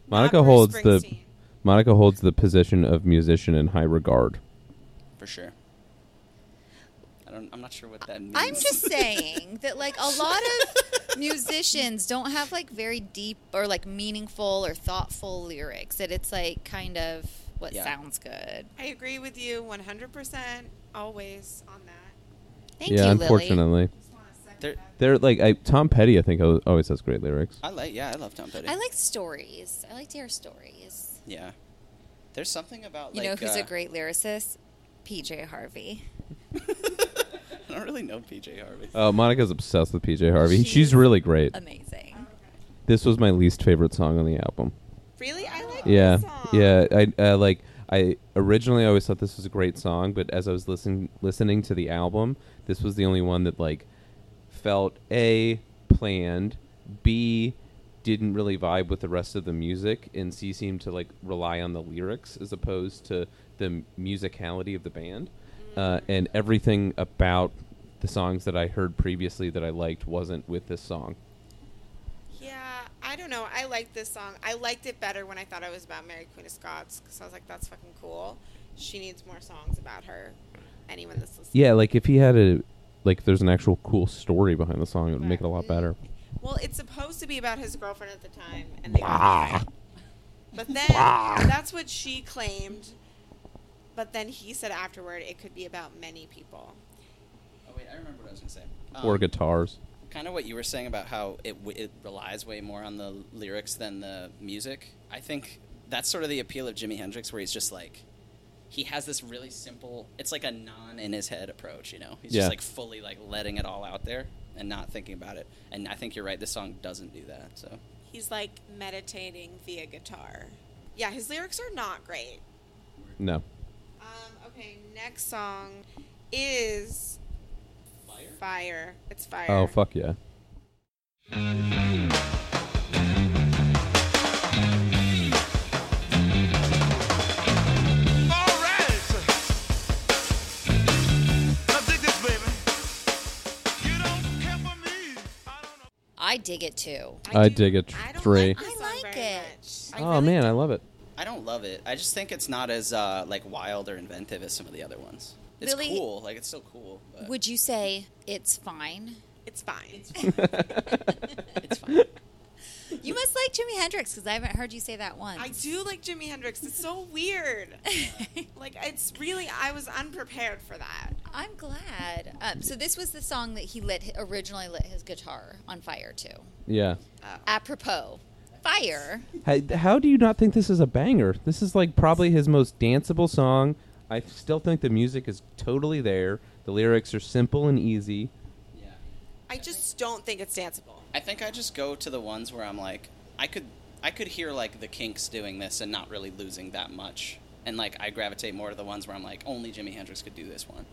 Speaker 6: Monica
Speaker 1: Bruce
Speaker 6: holds the
Speaker 1: Springsteen.
Speaker 6: Monica holds the position of musician in high regard.
Speaker 2: for sure. I don't. I'm not sure what that means.
Speaker 5: I'm just saying that like a lot of musicians don't have like very deep or like meaningful or thoughtful lyrics. That it's like kind of what
Speaker 2: Yeah.
Speaker 5: sounds good.
Speaker 1: I agree with you 100% always on that.
Speaker 5: Thank
Speaker 6: yeah,
Speaker 5: you, Lily.
Speaker 6: unfortunately,
Speaker 1: Just wanna second
Speaker 2: There-
Speaker 1: that.
Speaker 6: they're like I, Tom Petty. I think al- always has great lyrics.
Speaker 2: I like. Yeah, I love Tom Petty.
Speaker 5: I like stories. I like to hear stories.
Speaker 2: Yeah. There's something about
Speaker 5: You
Speaker 2: like.
Speaker 5: know who's
Speaker 2: uh,
Speaker 5: a great lyricist? PJ Harvey.
Speaker 2: I don't really know PJ Harvey.
Speaker 6: Oh, Monica's obsessed with PJ Harvey.
Speaker 5: She's
Speaker 6: She's really great.
Speaker 5: Amazing.
Speaker 6: This was my least favorite song on the album.
Speaker 1: Really? I like
Speaker 6: Yeah,
Speaker 1: this song.
Speaker 6: yeah. I uh, like. I originally always thought this was a great song, but as I was listening listening to the album, this was the only one that like felt a planned, b didn't really vibe with the rest of the music, and c seemed to like rely on the lyrics as opposed to the m- musicality of the band,
Speaker 1: Mm.
Speaker 6: uh, and everything about the songs that I heard previously that I liked wasn't with this song.
Speaker 1: Yeah, I don't know. I like this song. I liked it better when I thought it was about Mary Queen of Scots because I was like, that's fucking cool. She needs more songs about her. Anyone that's listening.
Speaker 6: Yeah, like if he had a like, if there's an actual cool story behind the song, it would make it a lot better.
Speaker 2: Mm-hmm.
Speaker 1: Well, it's supposed to be about his girlfriend at the time, and they. But then that's what she claimed. But then he said afterward it could be about many people.
Speaker 2: Oh wait, I remember what I was gonna say.
Speaker 6: or
Speaker 2: Um,
Speaker 6: guitars.
Speaker 2: kind of what you were saying about how it, w- it relies way more on the lyrics than the music. I think that's sort of the appeal of Jimi Hendrix, where he's just like, he has this really simple, it's like a non in his head approach, you know? He's
Speaker 6: Yeah.
Speaker 2: just like fully like letting it all out there and not thinking about it. And I think you're right, this song doesn't do that. So,
Speaker 1: He's like meditating via guitar. Yeah, his lyrics are not great.
Speaker 6: No.
Speaker 1: Um, okay, next song is Fire. Fire. It's Fire.
Speaker 6: Oh fuck yeah.
Speaker 5: I dig it too.
Speaker 6: I
Speaker 1: do-
Speaker 6: dig it
Speaker 1: I don't
Speaker 6: three.
Speaker 1: Like this
Speaker 5: I
Speaker 1: song
Speaker 5: like
Speaker 1: very
Speaker 5: it.
Speaker 1: much.
Speaker 6: oh man, I love it.
Speaker 2: I don't love it. I just think it's not as uh, like wild or inventive as some of the other ones. It's
Speaker 5: Lily-
Speaker 2: cool. Like, it's still cool. But
Speaker 5: Would you say it's fine?
Speaker 1: It's fine.
Speaker 2: it's fine.
Speaker 5: You must like Jimi Hendrix because I haven't heard you say that once.
Speaker 1: I do like Jimi Hendrix. It's so weird. like it's really I was unprepared for that.
Speaker 5: I'm glad. Um, so this was the song that he lit originally lit his guitar on fire to.
Speaker 6: Yeah.
Speaker 1: Um,
Speaker 5: Apropos, fire.
Speaker 6: How, how do you not think this is a banger? This is like probably his most danceable song. I still think the music is totally there. The lyrics are simple and easy.
Speaker 2: Yeah.
Speaker 1: I just don't think it's danceable.
Speaker 2: I think I just go to the ones where I'm like, I could, I could hear like the Kinks doing this and not really losing that much, and like I gravitate more to the ones where I'm like, only Jimi Hendrix could do this one.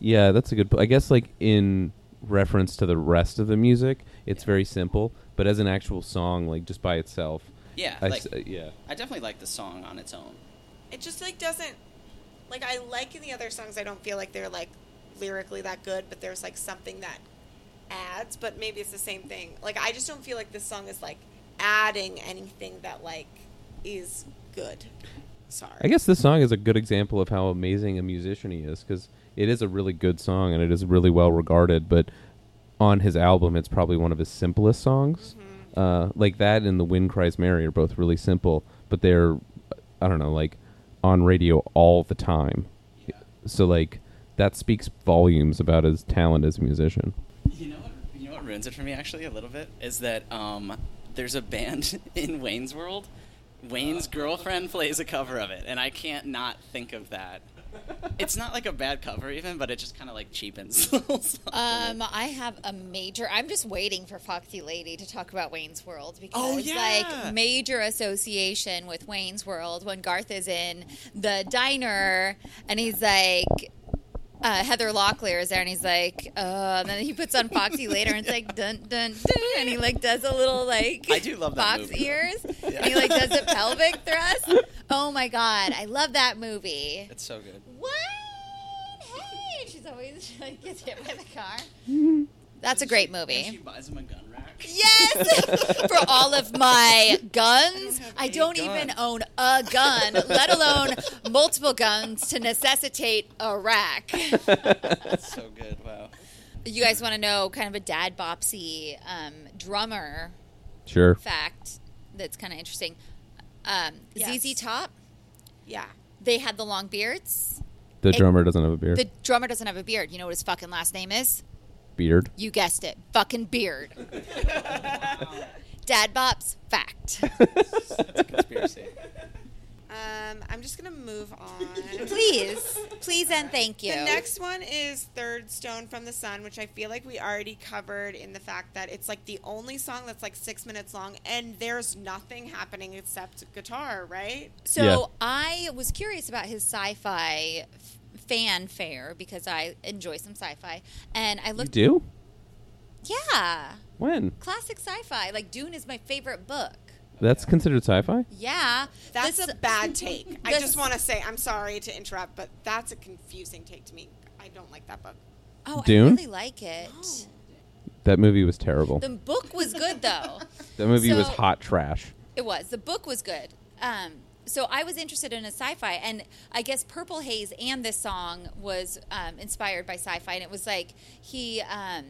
Speaker 6: Yeah, that's a good. po- I guess like in reference to the rest of the music, it's very simple. But as an actual song, like just by itself,
Speaker 2: Yeah,
Speaker 6: I
Speaker 2: like
Speaker 6: s- uh, yeah.
Speaker 2: I definitely like the song on its own.
Speaker 1: It just like doesn't like I like in the other songs I don't feel like they're like lyrically that good, but there's like something that adds, but maybe it's the same thing. Like I just don't feel like this song is like adding anything that like is good. Sorry.
Speaker 6: I guess this song is a good example of how amazing a musician he is because it is a really good song and it is really well regarded. But on his album, it's probably one of his simplest songs.
Speaker 5: Mm-hmm.
Speaker 6: Uh, like that and "The Wind Cries Mary" are both really simple, but they're I don't know, like on radio all the time. So like that speaks volumes about his talent as a musician.
Speaker 2: You know, what, you know what ruins it for me actually a little bit is that um, there's a band in Wayne's World. Wayne's girlfriend plays a cover of it, and I can't not think of that. It's not like a bad cover even, but it just kind of like cheapens. the whole song.
Speaker 5: Um, I have a major. I'm just waiting for Foxy Lady to talk about Wayne's World because,
Speaker 2: Oh, yeah.
Speaker 5: like, major association with Wayne's World when Garth is in the diner and he's like. Uh, Heather Locklear is there, and he's like, uh, and then he puts on Foxy later, and it's like dun dun dun, and he like does a little like
Speaker 2: I do love that
Speaker 5: fox
Speaker 2: movie, though.
Speaker 5: ears, and he like does a pelvic thrust. Oh my god, I love that movie.
Speaker 2: it's so good.
Speaker 5: What? Hey, and she's always she, like gets hit by the car. That's a great
Speaker 2: And she
Speaker 5: movie.
Speaker 2: buys him a gun rack.
Speaker 5: Yes, for all of my guns, I don't even own a gun, let alone multiple guns to necessitate a rack.
Speaker 2: That's so good. Wow.
Speaker 5: You guys want to know kind of a dad bopsy um, drummer
Speaker 6: Sure.
Speaker 5: fact that's kind of interesting. Um,
Speaker 1: Yes.
Speaker 5: ZZ Top,
Speaker 1: Yeah.
Speaker 5: they had the long beards.
Speaker 6: The drummer doesn't have a beard.
Speaker 5: The drummer doesn't have a beard. You know what his fucking last name is?
Speaker 6: beard.
Speaker 5: You guessed it. Fucking beard. Dad bops fact.
Speaker 2: That's a conspiracy.
Speaker 1: Um, I'm just gonna move on.
Speaker 5: Please, please, and thank you.
Speaker 1: The next one is Third Stone from the Sun, which I feel like we already covered in the fact that it's like the only song that's like six minutes long and there's nothing happening except guitar, right?
Speaker 5: so
Speaker 6: Yeah.
Speaker 5: I was curious about his sci-fi f- fanfare because I enjoy some sci-fi, and I
Speaker 6: You
Speaker 5: looked.
Speaker 6: do?
Speaker 5: Yeah,
Speaker 6: When?
Speaker 5: classic sci-fi. Like Dune is my favorite book.
Speaker 6: That's considered sci-fi?
Speaker 5: Yeah,
Speaker 1: That's
Speaker 5: This-
Speaker 1: a bad take. I
Speaker 5: this-
Speaker 1: just want to say, I'm sorry to interrupt, but that's a confusing take to me. I don't like that book.
Speaker 5: Oh, I
Speaker 6: Dune?
Speaker 5: really like it.
Speaker 1: Oh.
Speaker 6: That movie was terrible.
Speaker 5: The book was good though.
Speaker 6: that movie was
Speaker 5: so-
Speaker 6: hot trash.
Speaker 5: It was. The book was good. Um, so I was interested in a sci-fi, and I guess Purple Haze and this song was um, inspired by sci-fi, and it was like he um,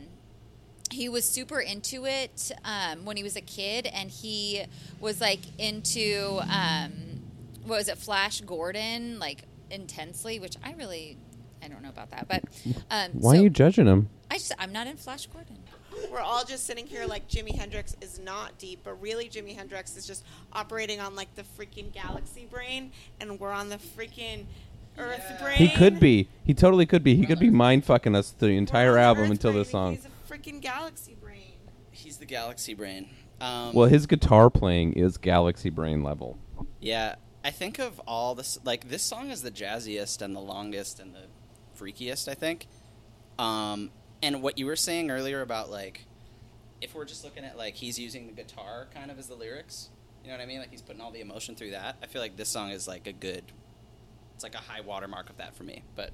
Speaker 5: he was super into it um, when he was a kid, and he was like into um, what was it, Flash Gordon, like intensely, which I really I don't know about that, but um,
Speaker 6: Why
Speaker 5: so
Speaker 6: are you judging him?
Speaker 5: I just I'm not in Flash Gordon.
Speaker 1: We're all just sitting here like Jimi Hendrix is not deep, but really Jimi Hendrix is just operating on like the freaking galaxy brain, and we're on the freaking Earth brain.
Speaker 6: He could be. He totally could be. He could be mind fucking us the
Speaker 1: We're
Speaker 6: entire
Speaker 1: on
Speaker 6: album
Speaker 1: Earth
Speaker 6: until
Speaker 1: brain,
Speaker 6: this song.
Speaker 1: He's a freaking galaxy brain.
Speaker 2: He's the galaxy brain. Um,
Speaker 6: Well, his guitar playing is galaxy brain level.
Speaker 2: Yeah, I think of all this. Like this song is the jazziest and the longest and the freakiest. I think. Um, and what you were saying earlier about like, if we're just looking at like he's using the guitar kind of as the lyrics. You know what I mean? Like he's putting all the emotion through that. I feel like this song is like a good. It's like a high watermark of that for me, but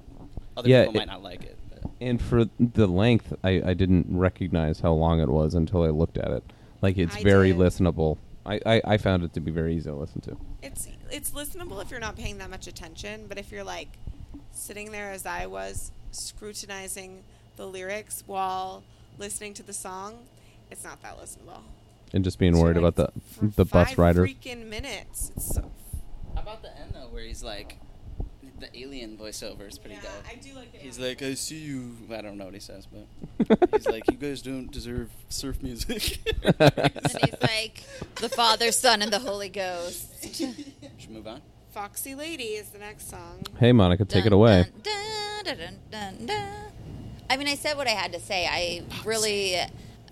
Speaker 2: other
Speaker 6: Yeah,
Speaker 2: people
Speaker 6: it-
Speaker 2: might not like it. But.
Speaker 6: And for the length, I, I didn't recognize how long it was until I looked at it. Like it's
Speaker 1: I
Speaker 6: very
Speaker 1: did.
Speaker 6: listenable. I, I, I found it to be very easy to listen to.
Speaker 1: It's it's listenable if you're not paying that much attention, but if you're like sitting there as I was scrutinizing the lyrics while listening to the song, it's not that listenable.
Speaker 6: And just being
Speaker 1: So,
Speaker 6: worried
Speaker 1: like,
Speaker 6: about the
Speaker 1: for
Speaker 6: the bus
Speaker 1: five
Speaker 6: rider.
Speaker 1: Freaking minutes. It's so,
Speaker 2: How about the end though, where he's like, the alien voiceover is pretty
Speaker 1: yeah,
Speaker 2: dope.
Speaker 1: I do like it.
Speaker 2: He's like, I see you. I don't know what he says, but he's like, you guys don't deserve surf music.
Speaker 5: And he's like the Father, Son, and the Holy Ghost.
Speaker 2: Should move on.
Speaker 1: Foxy Lady is the next song.
Speaker 6: Hey, Monica, take it
Speaker 5: Dun,
Speaker 6: away.
Speaker 5: dun, dun, dun, dun, dun. I mean, I said what I had to say. I really,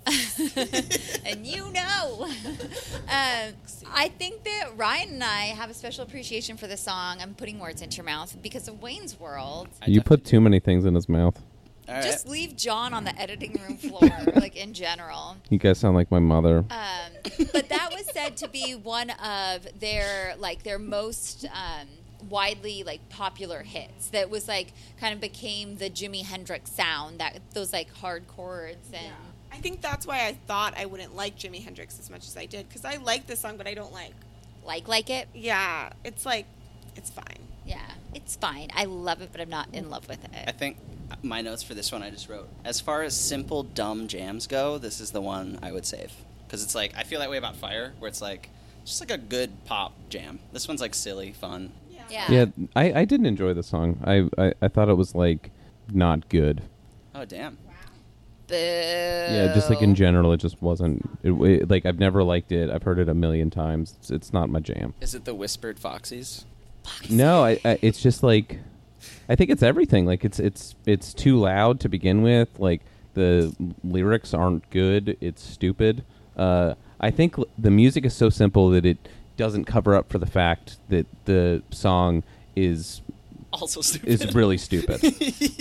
Speaker 5: and you know, um, I think that Ryan and I have a special appreciation for the song. I'm putting words into your mouth because of Wayne's World.
Speaker 2: I
Speaker 6: You put
Speaker 2: definitely-
Speaker 6: too many things in his mouth.
Speaker 2: All right.
Speaker 5: Just leave John on the editing room floor, like in general.
Speaker 6: You guys sound like my mother.
Speaker 5: Um, but that was said to be one of their like their most um, widely like popular hits. That was like kind of became the Jimi Hendrix sound. That those like hard chords and
Speaker 1: I think that's why I thought I wouldn't like Jimi Hendrix as much as I did because I like this song, but I don't like.
Speaker 5: like like it.
Speaker 1: Yeah, it's like, it's fine.
Speaker 5: Yeah, it's fine. I love it, but I'm not in love with
Speaker 2: I
Speaker 5: it.
Speaker 2: think my notes for this one I just wrote. As far as simple dumb jams go, this is the one I would save because it's like I feel that way about Fire, where it's like just like a good pop jam. This one's like silly, fun.
Speaker 5: Yeah.
Speaker 6: Yeah, I, I didn't enjoy the song. I, I, I thought it was like not good.
Speaker 2: Oh damn!
Speaker 5: Boo.
Speaker 6: Yeah, just
Speaker 5: Oh.
Speaker 6: like in general, it just wasn't. It, it, like I've never liked it. I've heard it a million times. It's, it's not my jam.
Speaker 2: Is it the whispered foxies?
Speaker 6: No, I, I it's just like I think it's everything. Like it's it's it's too loud to begin with. Like the lyrics aren't good. It's stupid. Uh, I think l- the music is so simple that it doesn't cover up for the fact that the song is
Speaker 2: Also stupid.
Speaker 6: is really stupid.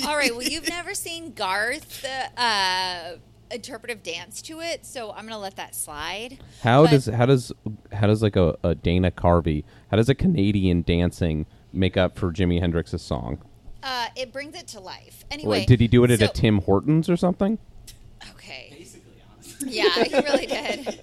Speaker 5: All right. Well, you've never seen Garth uh, uh, interpretive dance to it, so I'm gonna let that slide.
Speaker 6: How
Speaker 5: But-
Speaker 6: does how does how does like a, a Dana Carvey how does a Canadian dancing make up for Jimi Hendrix's song?
Speaker 5: Uh, it brings it to life.
Speaker 6: Or
Speaker 5: Anyway,
Speaker 6: did he do it at
Speaker 5: so-
Speaker 6: a Tim Hortons or something?
Speaker 5: Okay. Yeah, he really did.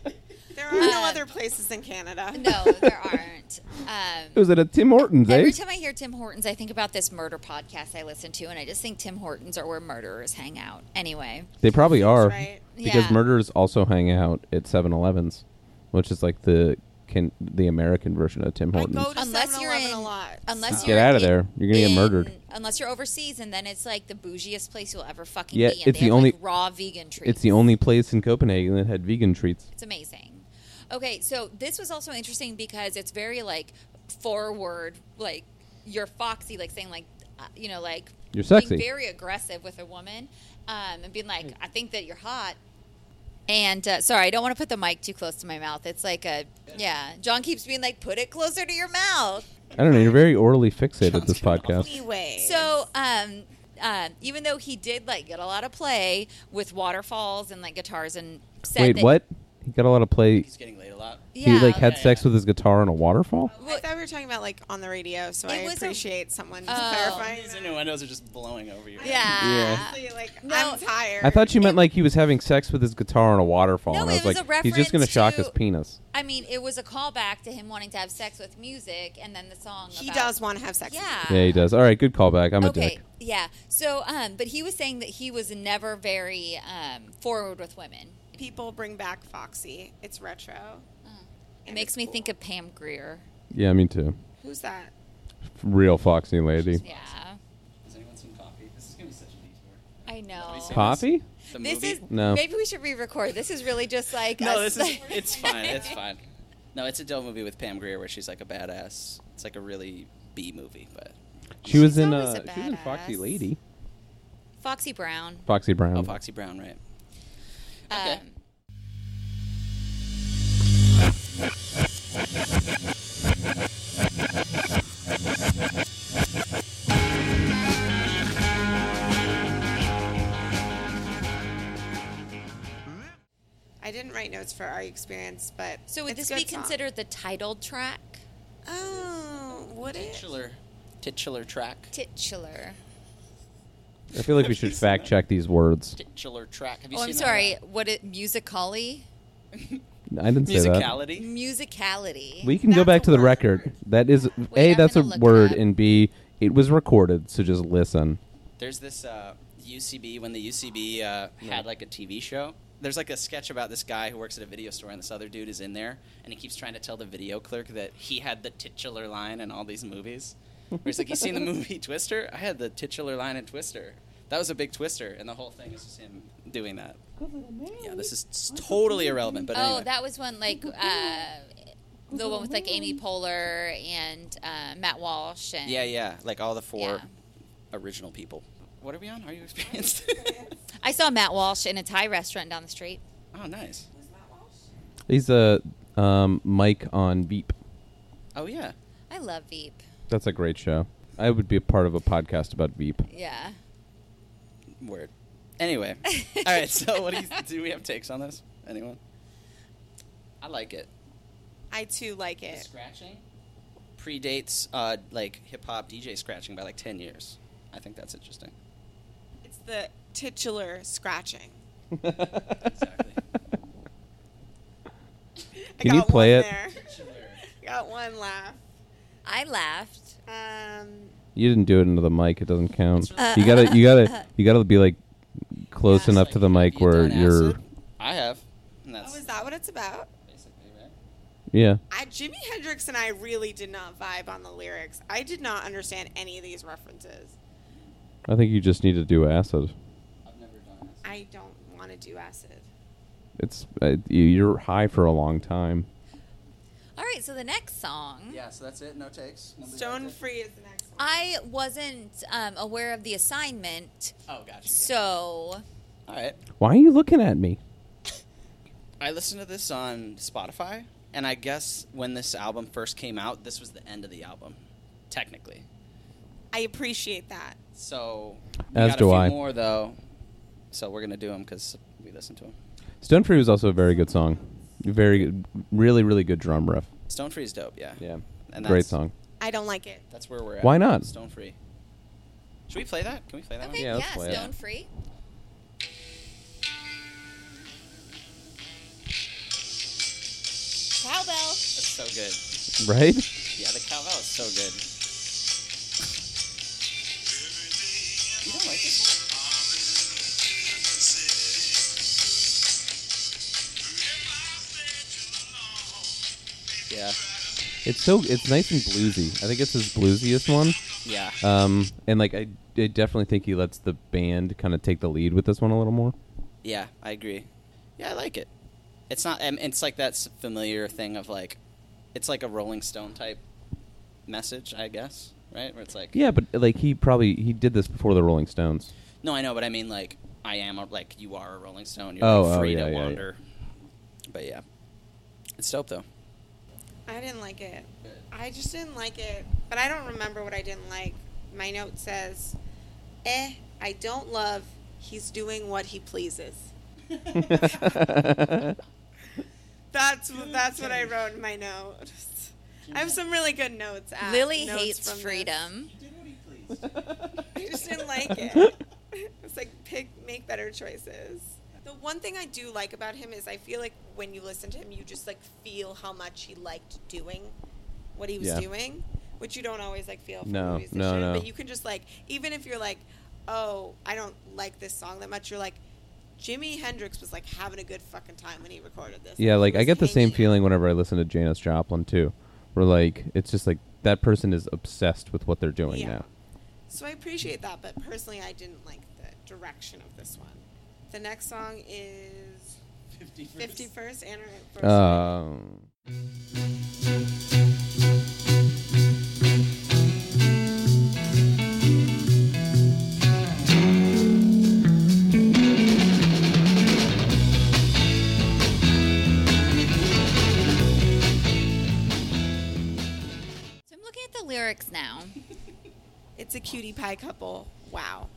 Speaker 9: There are no other places in Canada.
Speaker 5: No, there aren't. Um,
Speaker 6: It was at a Tim Hortons, eh?
Speaker 5: Every time I hear Tim Hortons, I think about this murder podcast I listen to, and I just think Tim Hortons are where murderers hang out. Anyway,
Speaker 6: They probably are
Speaker 9: right.
Speaker 6: because
Speaker 5: Yeah.
Speaker 6: murderers also hang out at 7-Elevens, which is like the can, the American version of Tim
Speaker 9: I
Speaker 6: Hortons.
Speaker 9: go to
Speaker 5: unless you're
Speaker 9: 7-Eleven
Speaker 5: in,
Speaker 9: a lot.
Speaker 5: unless
Speaker 6: Get
Speaker 5: you're
Speaker 6: out of
Speaker 5: in-
Speaker 6: there. You're gonna get
Speaker 5: in-
Speaker 6: murdered.
Speaker 5: Unless you're overseas, and then it's like the bougiest place you'll ever fucking
Speaker 6: Yeah,
Speaker 5: be. And
Speaker 6: it's
Speaker 5: they
Speaker 6: the
Speaker 5: have, like,
Speaker 6: only-
Speaker 5: raw vegan treats.
Speaker 6: It's the only place in Copenhagen that had vegan treats.
Speaker 5: It's amazing. Okay, so this was also interesting because it's very like forward, like you're foxy, like saying like, uh, you know, like
Speaker 6: You're sexy.
Speaker 5: being very aggressive with a woman, um, and being like, I think that you're hot. And uh, sorry, I don't want to put the mic too close to my mouth. It's like a yeah. John keeps being like, put it closer to your mouth.
Speaker 6: I don't know. You're very orally fixated with this podcast.
Speaker 9: Anyway,
Speaker 5: So, um, um, even though he did like get a lot of play with waterfalls and like guitars and said
Speaker 6: Wait,
Speaker 5: that-
Speaker 6: what? He got a lot of play.
Speaker 2: He's getting laid a lot.
Speaker 5: Yeah,
Speaker 6: he like had
Speaker 2: yeah,
Speaker 6: sex
Speaker 2: yeah.
Speaker 6: with his guitar in a waterfall.
Speaker 9: I thought we were talking about like on the radio, so
Speaker 5: It
Speaker 9: I
Speaker 5: was a-
Speaker 9: appreciate someone
Speaker 5: Oh.
Speaker 9: clarifying.
Speaker 2: These
Speaker 9: that.
Speaker 2: innuendos are just blowing over you.
Speaker 5: yeah.
Speaker 9: Honestly, like
Speaker 5: No.
Speaker 9: I'm tired.
Speaker 6: I thought you meant like he was having sex with his guitar in a waterfall,
Speaker 5: No,
Speaker 6: and I
Speaker 5: it
Speaker 6: was,
Speaker 5: was
Speaker 6: like,
Speaker 5: a
Speaker 6: he's just gonna
Speaker 5: reference
Speaker 6: shock
Speaker 5: to-
Speaker 6: his penis.
Speaker 5: I mean, it was a callback to him wanting to have sex with music, and then the song.
Speaker 9: he
Speaker 5: about-
Speaker 9: does want to have sex. with
Speaker 5: Yeah.
Speaker 6: Yeah, he does. All right, good callback. I'm a
Speaker 5: Ah. okay.
Speaker 6: dick.
Speaker 5: Yeah. So, um, but he was saying that he was never very um, forward with women.
Speaker 9: me. People bring back Foxy. It's retro.
Speaker 5: Mm. It makes me think of Pam Greer.
Speaker 6: Yeah, me too.
Speaker 9: Who's that?
Speaker 6: Real foxy lady.
Speaker 5: Yeah.
Speaker 2: Does anyone some coffee? This is gonna be such a detour.
Speaker 5: I know.
Speaker 2: Obviously.
Speaker 6: Coffee?
Speaker 2: The
Speaker 5: This
Speaker 2: movie?
Speaker 5: is
Speaker 6: No.
Speaker 5: maybe we should re-record. This is really just like
Speaker 2: no.
Speaker 5: us-
Speaker 2: This is it's fine. It's fine. No, it's a dope movie with Pam Grier where she's like a badass. It's like a really B movie, but
Speaker 6: She was in
Speaker 5: always
Speaker 6: uh,
Speaker 5: a
Speaker 6: she was in Foxy
Speaker 5: badass.
Speaker 6: Lady.
Speaker 5: Foxy Brown.
Speaker 6: Foxy Brown.
Speaker 2: oh, Foxy Brown, right? Okay.
Speaker 5: Um,
Speaker 9: I didn't write notes for our experience, but
Speaker 5: so would
Speaker 9: it's
Speaker 5: this
Speaker 9: a good
Speaker 5: be
Speaker 9: song.
Speaker 5: considered the title track?
Speaker 9: Oh, would it?
Speaker 2: Titular, titular track.
Speaker 5: Titular.
Speaker 6: I feel like we should fact check these words.
Speaker 2: Titular track. Have you
Speaker 5: Oh,
Speaker 2: seen
Speaker 5: I'm
Speaker 2: that?
Speaker 5: sorry. What it musically?
Speaker 6: I didn't say that.
Speaker 2: Musicality.
Speaker 5: Musicality.
Speaker 6: We can go
Speaker 9: That's
Speaker 6: back
Speaker 9: a
Speaker 6: to the
Speaker 9: word.
Speaker 6: record. That is
Speaker 5: Wait,
Speaker 6: A,
Speaker 5: I'm
Speaker 6: that's a
Speaker 5: gonna look it
Speaker 6: word,
Speaker 5: up.
Speaker 6: and B, it was recorded, so just listen.
Speaker 2: There's this uh, UCB when the UCB uh, had like a TV show. There's like a sketch about this guy who works at a video store, and this other dude is in there, and he keeps trying to tell the video clerk that he had the titular line in all these movies. Where he's like, "You seen the movie Twister? I had the titular line in Twister. That was a big Twister." And the whole thing is just him doing that. Yeah, this is s- totally irrelevant. But
Speaker 5: Oh,
Speaker 2: anyway.
Speaker 5: that was one like uh, the one with like Amy Poehler and uh, Matt Walsh and
Speaker 2: yeah, yeah, like all the four
Speaker 5: Yeah.
Speaker 2: original people. What are we on? Are you experienced?
Speaker 5: I saw Matt Walsh in a Thai restaurant down the street.
Speaker 2: oh, nice.
Speaker 6: He's a um, Mike on Beep.
Speaker 2: Oh yeah.
Speaker 5: I love Veep.
Speaker 6: That's a great show. I would be a part of a podcast about Beep.
Speaker 5: Yeah.
Speaker 2: Word. Anyway, all right. So, what do you do? We have takes on this? Anyone? I like it.
Speaker 9: I too like it.
Speaker 2: scratching predates uh, like hip hop DJ scratching by like ten years. I think that's interesting.
Speaker 9: It's the titular scratching.
Speaker 2: Exactly.
Speaker 9: I
Speaker 6: Can you
Speaker 9: got
Speaker 6: play
Speaker 9: one
Speaker 6: it?
Speaker 9: There. got one laugh.
Speaker 5: I laughed.
Speaker 9: Um,
Speaker 6: You didn't do it into the mic. It doesn't count. you gotta, you gotta, you gotta be like close enough to the mic where you're.
Speaker 2: I have. And
Speaker 1: Oh,
Speaker 2: that's
Speaker 1: is that what it's about?
Speaker 2: basically right.
Speaker 6: Yeah.
Speaker 1: I, Jimi Hendrix and I really did not vibe on the lyrics. I did not understand any of these references.
Speaker 6: I think you just need to do acid.
Speaker 2: I've never done this.
Speaker 1: I don't want to do acid.
Speaker 6: It's uh, you- you're high for a long time.
Speaker 5: All right, so the next song.
Speaker 2: Yeah, so that's it. No takes.
Speaker 1: Stone Free is the next one.
Speaker 5: I wasn't um, aware of the assignment,
Speaker 2: Oh, gotcha.
Speaker 5: so
Speaker 2: All right.
Speaker 6: Why are you looking at me?
Speaker 2: I listened to this on Spotify, and I guess when this album first came out, this was the end of the album, technically.
Speaker 1: I appreciate that.
Speaker 2: So we
Speaker 6: As
Speaker 2: got
Speaker 6: do
Speaker 2: a few
Speaker 6: I.
Speaker 2: more though, so we're gonna do them because we listen to them.
Speaker 6: Stone Free was also a very good song. Very good, really, really good drum riff.
Speaker 2: Stone Free is dope, yeah.
Speaker 6: Yeah.
Speaker 2: And that's-
Speaker 6: Great song.
Speaker 1: I don't like it.
Speaker 2: That's where we're at.
Speaker 6: Why not?
Speaker 2: Stone Free. Should we play that? Can we play that
Speaker 5: okay,
Speaker 2: one?
Speaker 5: yeah,
Speaker 6: Yeah, let's play it.
Speaker 5: stone free. Cowbell.
Speaker 2: That's so good.
Speaker 6: Right?
Speaker 2: Yeah, the cowbell is so good. You don't like this one? Yeah.
Speaker 6: It's so it's nice and bluesy. I think it's his bluesiest one.
Speaker 2: Yeah.
Speaker 6: Um, and like I, I definitely think he lets the band kind of take the lead with this one a little more.
Speaker 2: Yeah, I agree. Yeah, I like it. It's not. um, It's like that s- familiar thing of like, it's like a Rolling Stone type message, I guess, right? Where it's like,
Speaker 6: Yeah, but like he probably he did this before the Rolling Stones.
Speaker 2: no, I know, but I mean like, I am a, like you are a Rolling Stone. You're
Speaker 6: Oh,
Speaker 2: like,
Speaker 6: oh,
Speaker 2: free
Speaker 6: yeah,
Speaker 2: to
Speaker 6: yeah, yeah.
Speaker 2: wander. But yeah, it's dope though.
Speaker 1: I didn't like it. I just didn't like it. But I don't remember what I didn't like. My note says, eh, I don't love. He's doing what he pleases. That's wh- that's what I wrote in my note. I have some really good notes. At,
Speaker 5: Lily
Speaker 1: Ah, notes
Speaker 5: hates
Speaker 1: from this.
Speaker 5: freedom.
Speaker 1: I just didn't like it. It's like pick, make better choices. The one thing I do like about him is I feel like when you listen to him, you just like feel how much he liked doing what he was
Speaker 6: Yeah.
Speaker 1: doing, which you don't always like feel. From
Speaker 6: No,
Speaker 1: a
Speaker 6: no,
Speaker 1: musician,
Speaker 6: no.
Speaker 1: But you can just like, even if you're like, oh, I don't like this song that much, you're like, Jimi Hendrix was like having a good fucking time when he recorded this.
Speaker 6: Yeah,
Speaker 1: he
Speaker 6: like I
Speaker 1: was
Speaker 6: get the same
Speaker 1: hanging.
Speaker 6: feeling whenever I listen to Janis Joplin too. Where like it's just like that person is obsessed with what they're doing
Speaker 1: Yeah.
Speaker 6: now.
Speaker 1: So I appreciate that, but personally, I didn't like the direction of this one. The next song is 51st, Anniversary.
Speaker 6: Um,
Speaker 5: So I'm looking at the lyrics now.
Speaker 1: it's a cutie pie couple. Wow.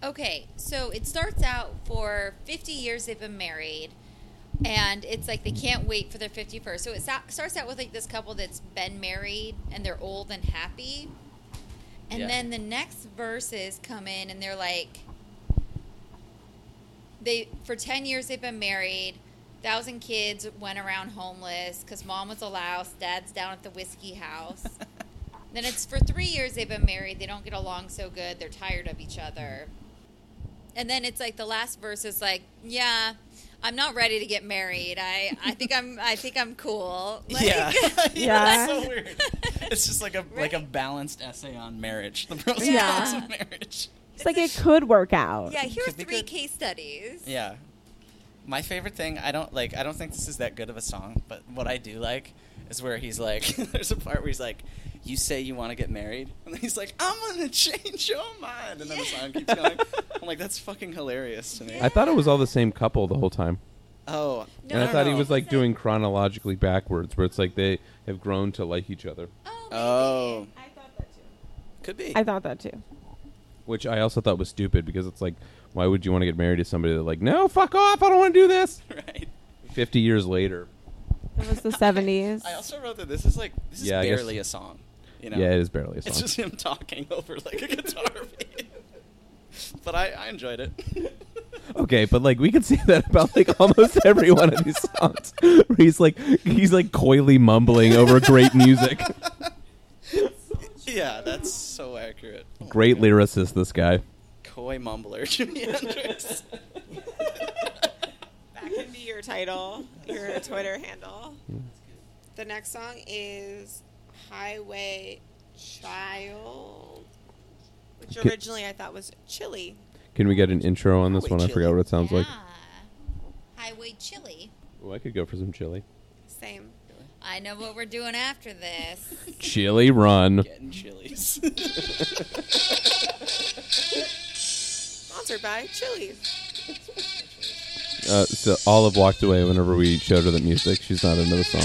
Speaker 5: Okay, so it starts out for 50 years they've been married, and it's like they can't wait for their 51st. So it sa- starts out with like this couple that's been married and they're old and happy. And
Speaker 2: Yeah.
Speaker 5: then the next verses come in and they're like, they for 10 years they've been married. Thousand kids went around homeless because mom was a louse, dad's down at the whiskey house. then it's for three years they've been married. They don't get along so good. They're tired of each other. And then it's like the last verse is like, yeah, I'm not ready to get married. I, I think I'm I think I'm cool. Like,
Speaker 2: yeah.
Speaker 10: Yeah.
Speaker 2: It's so weird. It's just like a like a
Speaker 5: Right.
Speaker 2: balanced essay on marriage. The pros and
Speaker 10: Yeah.
Speaker 2: cons of marriage.
Speaker 10: It's like it could work out.
Speaker 5: Yeah, here are
Speaker 2: Could be
Speaker 5: three
Speaker 2: good.
Speaker 5: case studies.
Speaker 2: Yeah. My favorite thing, I don't like I don't think this is that good of a song, but what I do like is where he's like there's a part where he's like, You say you want to get married and then he's like, I'm gonna change your mind and then the song keeps going. I'm like, that's fucking hilarious to me.
Speaker 6: I thought it was all the same couple the whole time.
Speaker 2: Oh.
Speaker 5: No,
Speaker 6: and I
Speaker 5: no,
Speaker 6: thought he
Speaker 5: no.
Speaker 6: was like doing chronologically backwards, where it's like they have grown to like each other,
Speaker 5: Oh,
Speaker 2: Oh.
Speaker 1: I thought that too.
Speaker 2: Could be.
Speaker 10: I thought that too.
Speaker 6: which I also thought was stupid because it's like, why would you want to get married to somebody that like, no, fuck off, I don't want to do this.
Speaker 2: right.
Speaker 6: Fifty years later,
Speaker 10: It was the 70s.
Speaker 2: I also wrote that this is like this is
Speaker 6: Yeah, I guess-
Speaker 2: barely a song. You know?
Speaker 6: yeah, it is barely a song.
Speaker 2: It's just him talking over like a guitar beat. but I, I enjoyed it.
Speaker 6: Okay, but like we could say that about like almost every one of these songs, where he's like he's like coyly mumbling over great music.
Speaker 2: yeah, that's so accurate.
Speaker 6: Great lyricist, this guy.
Speaker 2: Coy mumbler, Jimi Hendrix.
Speaker 1: That can be your title, your Twitter handle. The next song is Highway Child, which
Speaker 6: Okay.
Speaker 1: originally I thought was Chili.
Speaker 6: Can we get an intro on this
Speaker 2: Wait,
Speaker 6: one? I
Speaker 2: chili.
Speaker 6: forgot what it sounds
Speaker 5: yeah.
Speaker 6: like.
Speaker 5: Highway chili.
Speaker 6: Oh, I could go for some chili.
Speaker 1: Same.
Speaker 5: I know what we're doing after this.
Speaker 6: Chili run.
Speaker 2: Getting chilies.
Speaker 1: Sponsored by Chili's.
Speaker 6: Uh, so Olive walked away whenever we showed her the music. She's not into the song.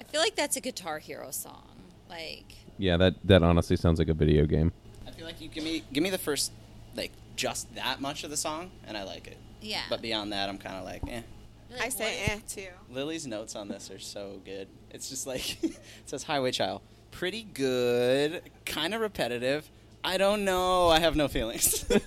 Speaker 5: I feel like that's a Guitar Hero song. Like,
Speaker 6: Yeah, that that honestly sounds like a video game.
Speaker 2: I feel like you give me give me the first like just that much of the song, and I like it.
Speaker 5: yeah.
Speaker 2: But beyond that, I'm kind of like, eh.
Speaker 5: Like,
Speaker 1: I say
Speaker 5: what-
Speaker 1: eh too.
Speaker 2: Lily's notes on this are so good. It's just like it says Highway Child. Pretty good, kind of repetitive. I don't know. I have no feelings.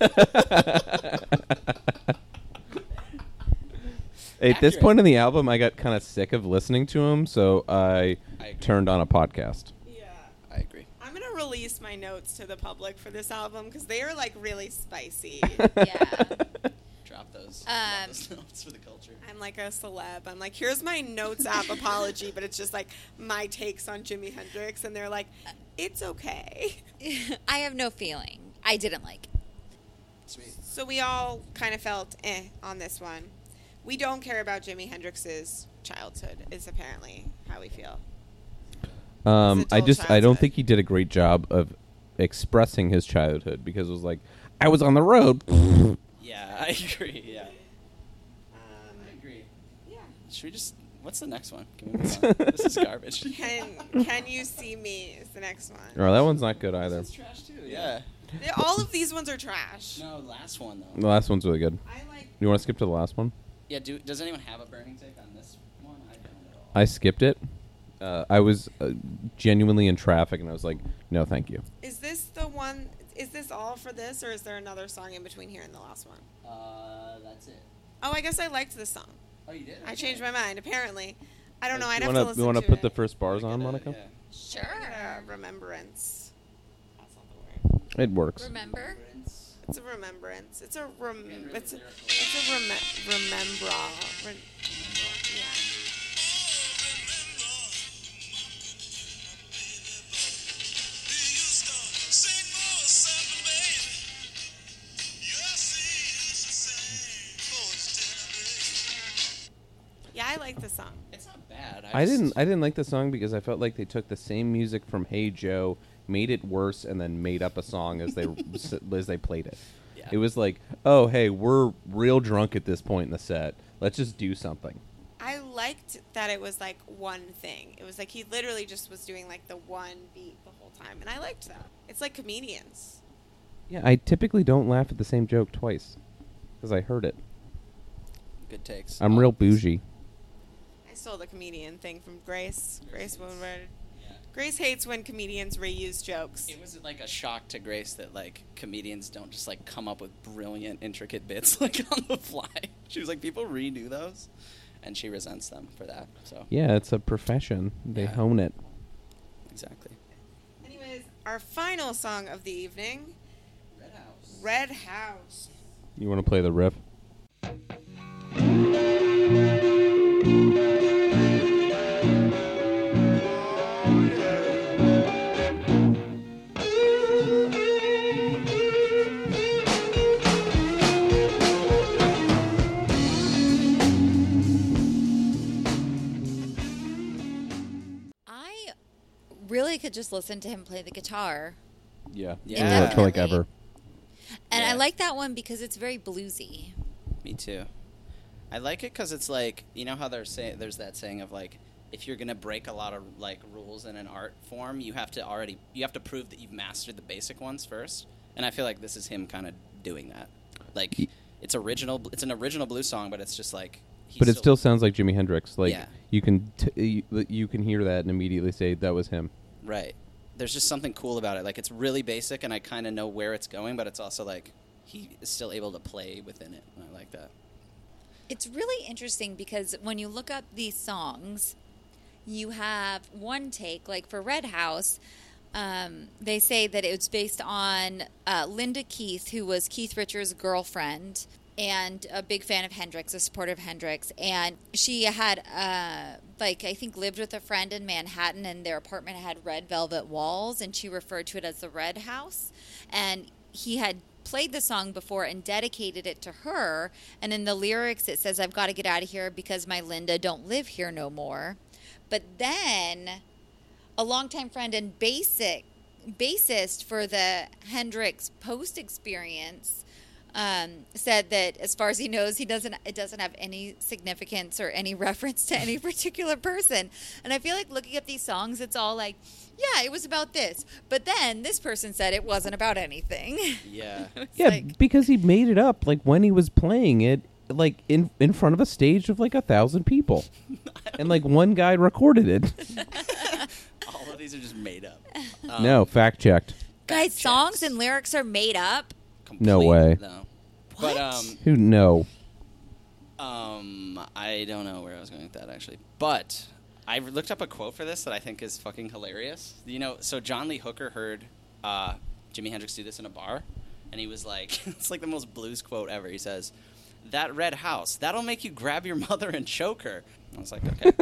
Speaker 6: At this
Speaker 2: Accurate.
Speaker 6: point in the album, I got kind of sick of listening to him, so I,
Speaker 2: I agree.
Speaker 6: turned on a podcast.
Speaker 1: Yeah.
Speaker 2: I agree.
Speaker 1: I'm gonna release my notes to the public for this album because they are like really spicy.
Speaker 5: Yeah.
Speaker 2: Drop those.
Speaker 5: Um,
Speaker 2: drop those notes for the culture.
Speaker 1: I'm like a celeb. I'm like, here's my notes app apology, but it's just like my takes on Jimi Hendrix, and they're like, it's okay.
Speaker 5: I have no feeling. I didn't like it.
Speaker 2: Sweet.
Speaker 1: So we all kind of felt eh on this one. We don't care about Jimi Hendrix's childhood, is apparently how we feel.
Speaker 6: Um,
Speaker 1: It's a
Speaker 6: I
Speaker 1: dull
Speaker 6: just I don't
Speaker 1: childhood.
Speaker 6: think he did a great job of expressing his childhood because it was like I was on the road. Oh,
Speaker 2: Yeah, I agree. Yeah.
Speaker 1: Um,
Speaker 2: I agree.
Speaker 1: yeah.
Speaker 2: Should we just? What's the next one? Can we move on? this is garbage.
Speaker 1: Can Can you see me? Is the next one.
Speaker 6: Oh, that one's not good either.
Speaker 2: It's trash too. Yeah.
Speaker 1: They're- All of these ones are trash.
Speaker 2: No, last one though.
Speaker 6: The last one's really good.
Speaker 1: I like.
Speaker 6: You want to skip to the last one?
Speaker 2: Yeah. Do, does anyone have a burning take on this one? I don't at all.
Speaker 6: I skipped it. Uh, I was uh, genuinely in traffic, and I was like, "No, thank you."
Speaker 1: Is this the one? Is this all for this, or is there another song in between here and the last one?
Speaker 2: Uh, that's it.
Speaker 1: Oh, I guess I liked this song.
Speaker 2: Oh, you did.
Speaker 1: I changed my mind. Apparently, I don't know.
Speaker 6: Uh,
Speaker 1: I'd have
Speaker 6: you wanna-
Speaker 1: to listen
Speaker 6: You
Speaker 1: to
Speaker 6: to put
Speaker 1: it. uh,
Speaker 6: the first bars on, Monica?
Speaker 1: Yeah,
Speaker 5: Sure.
Speaker 1: remembrance. That's not the word.
Speaker 6: It works.
Speaker 5: Remember?
Speaker 1: It's a remembrance. It's a rem. It's a. It's a rem- remember. Re- yeah. yeah, I like the song.
Speaker 2: It's not bad.
Speaker 6: I
Speaker 2: just-
Speaker 6: didn't. I didn't like the song because I felt like they took the same music from Hey Joe, made it worse, and then made up a song as they s- as they played it.
Speaker 2: Yeah.
Speaker 6: It was like, "Oh, hey, we're real drunk at this point in the set. Let's just do something."
Speaker 1: I liked that it was like one thing. It was like he literally just was doing like the one beat the whole time, and I liked that. It's like comedians.
Speaker 6: Yeah, I typically don't laugh at the same joke twice because I heard it.
Speaker 2: Good takes.
Speaker 6: I'm real bougie.
Speaker 1: I stole the comedian thing from Grace. Grace Woodward.
Speaker 2: Yeah.
Speaker 1: Grace hates when comedians reuse jokes.
Speaker 2: It was like a shock to Grace that like comedians don't just like come up with brilliant, intricate bits like on the fly. She was like, people redo those, and she resents them for that. So
Speaker 6: Yeah, it's a profession. They
Speaker 2: Yeah.
Speaker 6: hone it.
Speaker 2: exactly.
Speaker 1: Anyways, our final song of the evening,
Speaker 2: Red House.
Speaker 1: Red House.
Speaker 6: You want to play the riff?
Speaker 5: I really could just listen to him play the guitar.
Speaker 6: Yeah.
Speaker 2: Yeah.
Speaker 6: For like
Speaker 5: Definitely.
Speaker 6: ever.
Speaker 5: And I
Speaker 2: Yeah.
Speaker 5: like that one because it's very bluesy.
Speaker 2: Me too. I like it because it's like you know how they're saying there's that saying of like if you're gonna break a lot of like rules in an art form, you have to already you have to prove that you've mastered the basic ones first. And I feel like this is him kind of doing that. Like it's original. It's an original blues song, but it's just like. He's
Speaker 6: But it still sounds like Jimi Hendrix. Like
Speaker 2: Yeah.
Speaker 6: you can t- you, you can hear that and immediately say that was him.
Speaker 2: Right. There's just something cool about it. Like it's really basic, and I kind of know where it's going, but it's also like he is still able to play within it, and I like that.
Speaker 5: It's really interesting because when you look up these songs, you have one take. Like for Red House, um, they say that it's based on uh, Linda Keith, who was Keith Richards' girlfriend and a big fan of Hendrix, a supporter of Hendrix. And she had, uh, like, I think lived with a friend in Manhattan, and their apartment had red velvet walls, and she referred to it as the Red House. And he had played the song before and dedicated it to her and in the lyrics it says i've got to get out of here because my linda don't live here no more but then a longtime friend and basic bassist for the hendrix post experience um, said that as far as he knows he doesn't it doesn't have any significance or any reference to any particular person and i feel like looking at these songs it's all like yeah it was about this but then this person said it wasn't about anything
Speaker 2: Yeah.
Speaker 5: It's
Speaker 6: Yeah,
Speaker 5: like-
Speaker 6: because he made it up like when he was playing it, like in in front of a stage of like a thousand people, and like one guy recorded it.
Speaker 2: All of these are just made up.
Speaker 6: no, fact checked.
Speaker 5: Guys,
Speaker 2: Fact
Speaker 5: songs
Speaker 2: checks.
Speaker 5: and lyrics are made up.
Speaker 6: No way.
Speaker 2: Though. But um,
Speaker 6: Who no?
Speaker 2: um, I don't know where I was going with that actually. But I looked up a quote for this that I think is fucking hilarious. You know, so John Lee Hooker heard uh, Jimi Hendrix do this in a bar, and he was like, "It's like the most blues quote ever." He says, "That red house, that'll make you grab your mother and choke her." I was like, "Okay."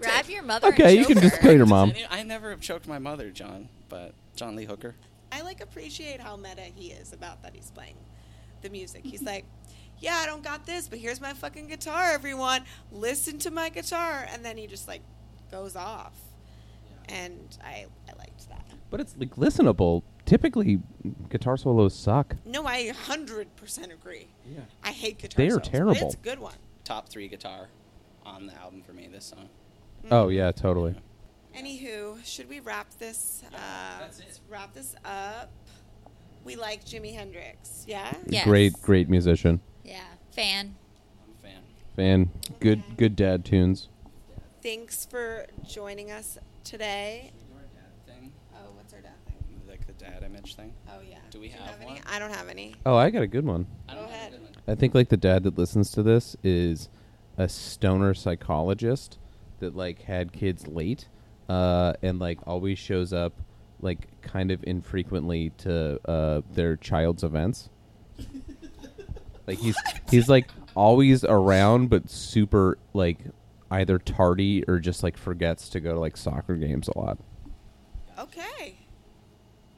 Speaker 5: Grab your mother.
Speaker 6: Okay,
Speaker 5: and
Speaker 6: you can
Speaker 5: choke
Speaker 6: just
Speaker 5: her.
Speaker 6: play your mom.
Speaker 2: I never have choked my mother, John, but John Lee Hooker.
Speaker 1: I like appreciate how meta he is about that he's playing the music. He's like, yeah, I don't got this, but here's my fucking guitar, everyone. Listen to my guitar, and then he just like goes off, and I I liked that.
Speaker 6: But it's like listenable. Typically, guitar solos suck.
Speaker 1: No, I hundred percent agree.
Speaker 6: Yeah.
Speaker 1: I hate guitar.
Speaker 6: They are
Speaker 1: solos, but
Speaker 6: terrible.
Speaker 1: it's a good one,
Speaker 2: Top three guitar on the album for me. This song.
Speaker 6: Oh yeah, totally.
Speaker 1: Anywho, should we wrap this? Uh,
Speaker 2: that's it.
Speaker 1: let's Wrap this up. We like Jimi Hendrix. Yeah.
Speaker 5: Yes.
Speaker 6: Great, great musician.
Speaker 5: Yeah, fan.
Speaker 2: I'm a fan.
Speaker 6: Fan, good, good dad tunes.
Speaker 1: Thanks for joining us today.
Speaker 2: Your dad thing,
Speaker 1: Oh, what's our dad thing?
Speaker 2: like the dad image thing.
Speaker 1: Oh yeah.
Speaker 2: Do we
Speaker 1: you
Speaker 2: have
Speaker 1: any?
Speaker 2: one?
Speaker 1: I don't have any.
Speaker 6: Oh, I got a good one.
Speaker 2: I
Speaker 1: Go
Speaker 2: don't have a
Speaker 1: ahead.
Speaker 2: good one.
Speaker 6: I think like the dad that listens to this is a stoner psychologist that like had kids late, uh, and like always shows up like kind of infrequently to uh, their child's events. like he's he's like always around, but super like either tardy or just like forgets to go to like soccer games a lot.
Speaker 1: Okay.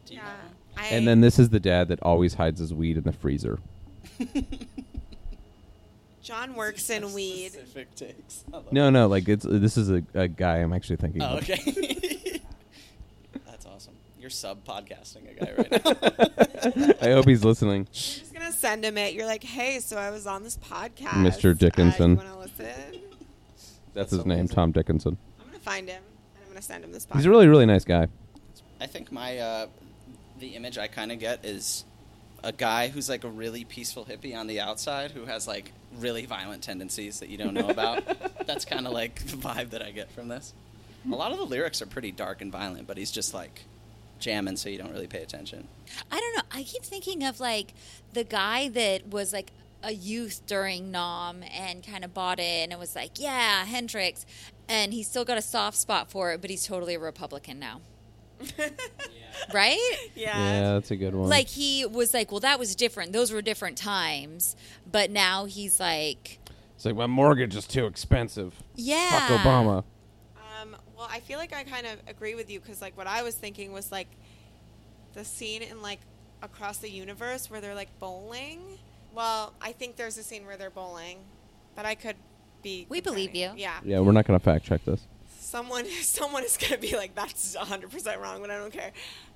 Speaker 2: Do you
Speaker 1: yeah.
Speaker 2: have one?
Speaker 1: I,
Speaker 6: And then this is the dad that always hides his weed in the freezer.
Speaker 1: John works in weed.
Speaker 2: Specific takes. I love
Speaker 6: No,
Speaker 2: it.
Speaker 6: no, like it's this is a, a guy I'm actually thinking.
Speaker 2: Oh,
Speaker 6: of.
Speaker 2: okay. That's awesome. You're sub podcasting a guy right now.
Speaker 6: I hope he's listening.
Speaker 1: I'm just gonna send him it. You're like, hey, so I was on this podcast.
Speaker 6: Mr. Dickinson.
Speaker 1: Uh, you wanna listen?
Speaker 6: That's his name, Tom Dickinson.
Speaker 1: I'm gonna find him and I'm gonna send him this podcast.
Speaker 6: He's a really, really nice guy.
Speaker 2: I think my uh, the image I kind of get is a guy who's like a really peaceful hippie on the outside who has like really violent tendencies that you don't know about. That's kind of like the vibe that I get from this. A lot of the lyrics are pretty dark and violent, but he's just like jamming so you don't really pay attention.
Speaker 5: I don't know. I keep thinking of like the guy that was like a youth during Nom and kind of bought it and it was like, yeah, Hendrix, and he's still got a soft spot for it, but he's totally a Republican now. Right?
Speaker 1: yeah.
Speaker 6: that's a good one.
Speaker 5: Like he was like, well, that was different. Those were different times, but now he's like,
Speaker 6: it's like my mortgage is too expensive.
Speaker 5: yeah,
Speaker 6: Fuck Obama.
Speaker 1: Um, well, I feel like I kind of agree with you because, like, what I was thinking was like the scene in like across the universe where they're like bowling. Well, I think there's a scene where they're bowling, but I could be.
Speaker 5: We believe
Speaker 1: complaining.
Speaker 5: you.
Speaker 1: Yeah.
Speaker 6: Yeah, we're not gonna fact check this.
Speaker 1: someone someone is gonna be like that's 100 percent wrong but i don't care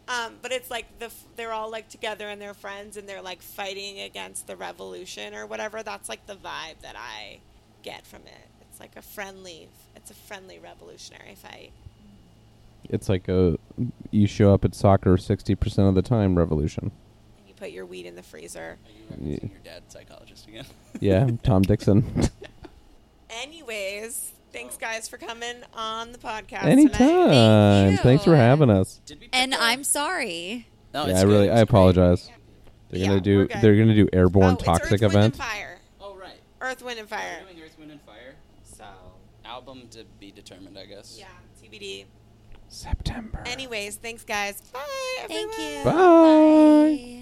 Speaker 1: um, but it's like the f- they're all like together and they're friends and they're like fighting against the revolution or whatever that's like the vibe that i get from it it's like a friendly it's a friendly revolutionary fight
Speaker 6: It's like a you show up at soccer sixty percent of the time revolution.
Speaker 1: and you put your weed in the freezer
Speaker 2: Are you referencing your dad psychologist again?
Speaker 6: Yeah, Tom Dixon.
Speaker 1: anyways
Speaker 5: Oh.
Speaker 1: thanks guys for coming on the podcast tonight. Oh,
Speaker 6: Anytime.
Speaker 5: you.
Speaker 6: Thanks for having us.
Speaker 2: Did we pick
Speaker 5: and
Speaker 2: the-
Speaker 5: I'm sorry.
Speaker 2: No,
Speaker 6: yeah,
Speaker 2: it's
Speaker 6: I
Speaker 2: good.
Speaker 6: really
Speaker 2: It's
Speaker 6: I
Speaker 2: great.
Speaker 6: apologize. They're
Speaker 1: Yeah,
Speaker 6: gonna
Speaker 1: we're
Speaker 6: do
Speaker 1: good.
Speaker 6: they're gonna do
Speaker 1: oh,
Speaker 6: airborne
Speaker 1: it's Earth,
Speaker 6: toxic
Speaker 1: Wind, and
Speaker 6: events.
Speaker 1: fire
Speaker 2: Oh right.
Speaker 1: Earth, Wind, and Fire.
Speaker 2: doing Earth, Wind, and Fire. So album to be determined, I guess.
Speaker 1: Yeah, TBD.
Speaker 6: September.
Speaker 1: Anyways, thanks guys. Bye.
Speaker 5: Thank
Speaker 1: everyone.
Speaker 5: you.
Speaker 6: Bye.
Speaker 5: Bye.